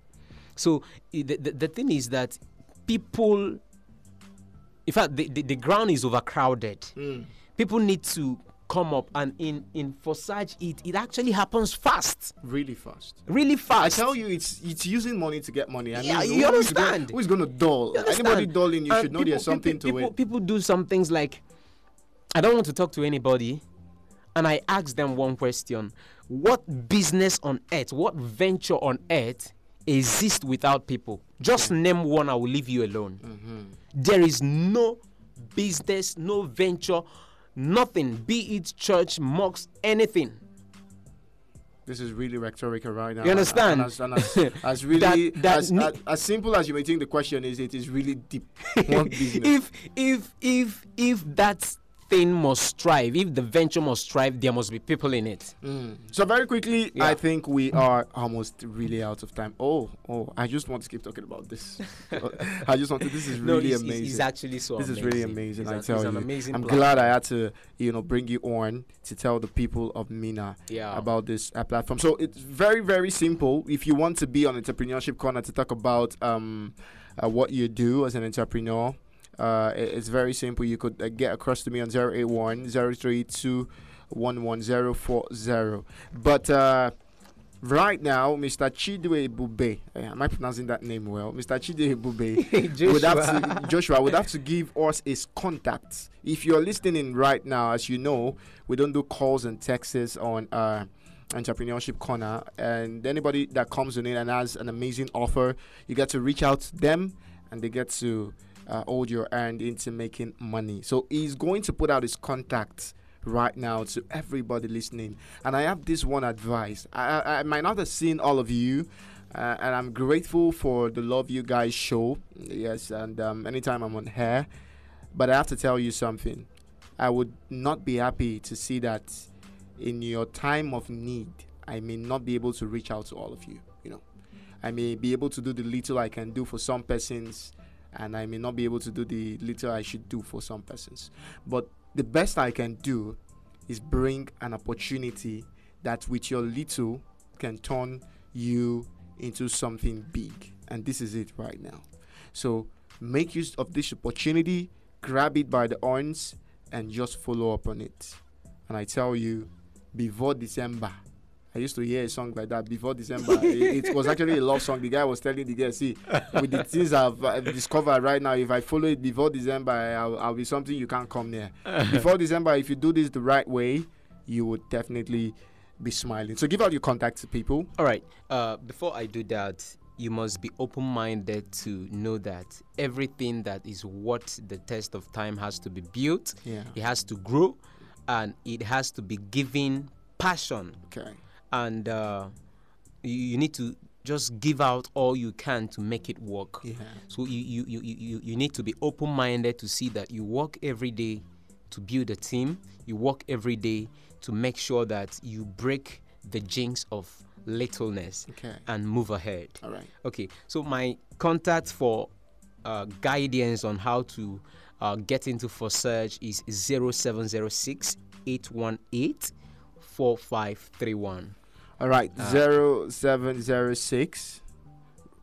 Speaker 3: So i- the, the, the thing is that people, in fact, the, the, the ground is overcrowded.
Speaker 2: Hmm.
Speaker 3: People need to come up, and in in for such it it actually happens fast,
Speaker 2: really fast.
Speaker 3: really
Speaker 2: I
Speaker 3: fast.
Speaker 2: tell you, it's it's using money to get money. I
Speaker 3: Yeah,
Speaker 2: mean,
Speaker 3: you
Speaker 2: who is gonna-
Speaker 3: understand.
Speaker 2: Who is going to dull?
Speaker 3: You understand?
Speaker 2: Anybody dulling, you
Speaker 3: And
Speaker 2: should know there's something
Speaker 3: people,
Speaker 2: to it.
Speaker 3: People do some things like, I don't want to talk to anybody, and I ask them one question: What business on earth? What venture on earth exists without people? Just
Speaker 2: Mm.
Speaker 3: name one. I will leave you alone.
Speaker 2: Mm-hmm.
Speaker 3: There is no business, no venture, nothing. Be it church, mosque, anything.
Speaker 2: This is really rhetorical right now.
Speaker 3: You
Speaker 2: and-
Speaker 3: understand?
Speaker 2: And as, and as, as really
Speaker 3: That- that
Speaker 2: as,
Speaker 3: ne-
Speaker 2: as, as simple as you may think the question is, it is really deep. What business?
Speaker 3: if if if if that thing must thrive, if the venture must thrive, there must be people in it.
Speaker 2: Mm. so very quickly,
Speaker 3: Yeah.
Speaker 2: I think we are almost really out of time. Oh, oh! I just want to keep talking about this. I just want to. This is
Speaker 3: no,
Speaker 2: really
Speaker 3: it's, it's-
Speaker 2: amazing.
Speaker 3: It's actually so.
Speaker 2: this is
Speaker 3: amazing.
Speaker 2: really amazing.
Speaker 3: It's
Speaker 2: I
Speaker 3: an-
Speaker 2: tell
Speaker 3: it's
Speaker 2: you,
Speaker 3: an amazing.
Speaker 2: I'm
Speaker 3: plan.
Speaker 2: glad I had to, you know, bring you on to tell the people of Mina
Speaker 3: Yeah.
Speaker 2: about this uh, platform. So it's very, very simple. If you want to be on Entrepreneurship Corner to talk about um, uh, what you do as an entrepreneur, uh, i- it's very simple. You could uh, get across to me on 081 032 11040. But uh, right now, Mr. Chidwe Bube, uh, am I pronouncing that name well? Mr. Chidwe Bube would have to, Joshua would have to give us his contact. If you're listening right now, as you know, we don't do calls and texts on uh, Entrepreneurship Corner. And anybody that comes in and has an amazing offer, you get to reach out to them and they get to uh, hold your hand into making money. So he's going to put out his contact right now to everybody listening. And I have this one advice. I, I, I might not have seen all of you, uh, and I'm grateful for the love you guys show. Yes, and um, anytime I'm on here, but I have to tell you something. I would not be happy to see that in your time of need, I may not be able to reach out to all of you. You know, I may be able to do the little I can do for some persons, and I may not be able to do the little I should do for some persons. But the best I can do is bring an opportunity that with your little can turn you into something big. And this is it right now. So Make use of this opportunity, grab it by the horns, and just follow up on it. And I tell you, before December, I used to hear a song like that before December. it, it was actually a love song. The guy was telling the girl, "See, with the things I've, uh, discovered right now, if I follow it before December, I'll, I'll be something you can't come near. before December, if you do this the right way, you would definitely be smiling." So give out your contacts to people.
Speaker 3: All right. Uh, before I do that, you must be open minded to know that everything that is what the test of time has to be built,
Speaker 2: Yeah.
Speaker 3: it has to grow, and it has to be given passion.
Speaker 2: Okay.
Speaker 3: And uh, you, you need to just give out all you can to make it work.
Speaker 2: Yeah.
Speaker 3: So you, you, you, you, you- you need to be open minded to see that you work every day to build a team, you work every day to make sure that you break the jinx of littleness
Speaker 2: Okay.
Speaker 3: and move ahead.
Speaker 2: All right.
Speaker 3: Okay, so my contact for uh, guidance on how to uh, get into for search is 0706 818 4531.
Speaker 2: All right.
Speaker 3: Uh,
Speaker 2: Zero seven zero six.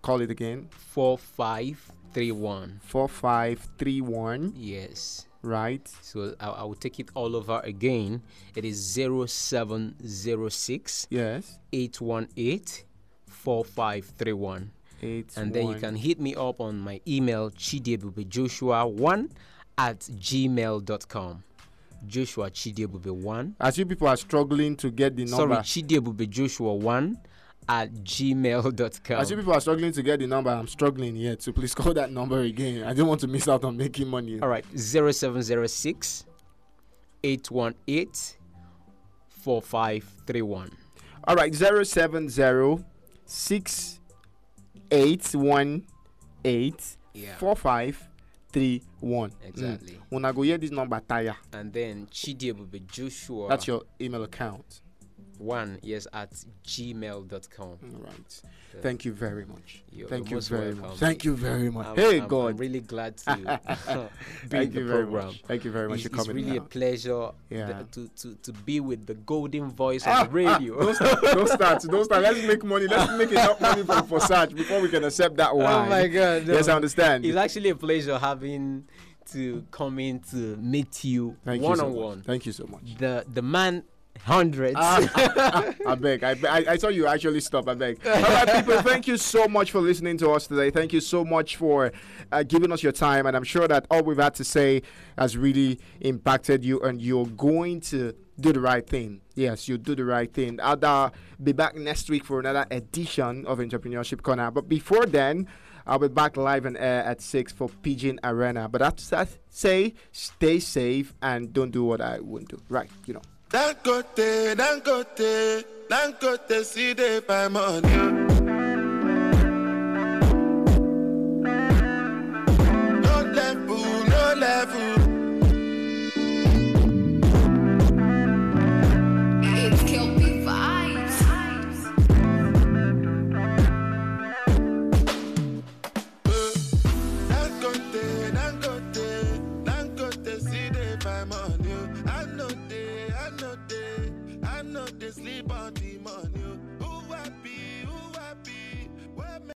Speaker 2: Call it again.
Speaker 3: 4531.
Speaker 2: Four five three one.
Speaker 3: Yes.
Speaker 2: Right.
Speaker 3: So I, I will take it all over again. It is 0706
Speaker 2: Yes.
Speaker 3: 818 4531.
Speaker 2: Eight.
Speaker 3: And then you
Speaker 2: one.
Speaker 3: can hit me up on my email, chidiabubejoshua1 at gmail.com. Joshua Chidiabube1.
Speaker 2: As you people are struggling to get the
Speaker 3: Sorry,
Speaker 2: number.
Speaker 3: Chidiabubejoshua1 at gmail.com.
Speaker 2: As you people are struggling to get the number, I'm struggling here too. Please call that number again. I don't want to miss out on making money.
Speaker 3: All right, 0706 818 4531.
Speaker 2: All right, 070 6818
Speaker 3: Yeah.
Speaker 2: 4531.
Speaker 3: Exactly.
Speaker 2: Mm. When I go hear this number, tire.
Speaker 3: And then Chidiabubejoshua1
Speaker 2: That's your email account.
Speaker 3: yes, at gmail.com.
Speaker 2: All right. Thank you very much.
Speaker 3: You're
Speaker 2: Thank you
Speaker 3: most
Speaker 2: very much.
Speaker 3: welcome.
Speaker 2: Thank you very much.
Speaker 3: I'm-
Speaker 2: hey,
Speaker 3: I'm-
Speaker 2: God.
Speaker 3: I'm really glad to be in
Speaker 2: Thank
Speaker 3: the
Speaker 2: you very
Speaker 3: program.
Speaker 2: much. Thank you very much
Speaker 3: It's,
Speaker 2: for
Speaker 3: it's
Speaker 2: coming.
Speaker 3: really a
Speaker 2: out.
Speaker 3: pleasure
Speaker 2: Yeah. Ah,
Speaker 3: th- to, to, to be with the golden voice of the radio.
Speaker 2: Don't start. Don't start. Don't start. Let's make money. Let's make enough money for, for search before we can accept that one.
Speaker 3: oh my god.
Speaker 2: Yes, I
Speaker 3: no.
Speaker 2: understand.
Speaker 3: It's actually a pleasure having to come in to meet you
Speaker 2: Thank you
Speaker 3: one
Speaker 2: so
Speaker 3: on
Speaker 2: much.
Speaker 3: one.
Speaker 2: Thank you so much. Ah.
Speaker 3: The the man hundreds.
Speaker 2: I beg. I, be- I I saw you actually stop. I beg. All right, people. Thank you so much for listening to us today. Thank you so much for uh, giving us your time, and I'm sure that all we've had to say has really impacted you, and you're going to do the right thing. Yes, you do the right thing. I'll uh, be back next week for another edition of Entrepreneurship Corner. But before then, I'll be back live and air at six for Pigeon Arena. But after that, say stay safe and don't do what I wouldn't do. Right? You know.
Speaker 1: Dangote, Dangote, Dangote, see the buy money. No level, no level.
Speaker 4: It's Kelpie Vibes.
Speaker 1: Dangote, Dangote, Dangote, see the buy money. I know they, I know they, I know they sleep on.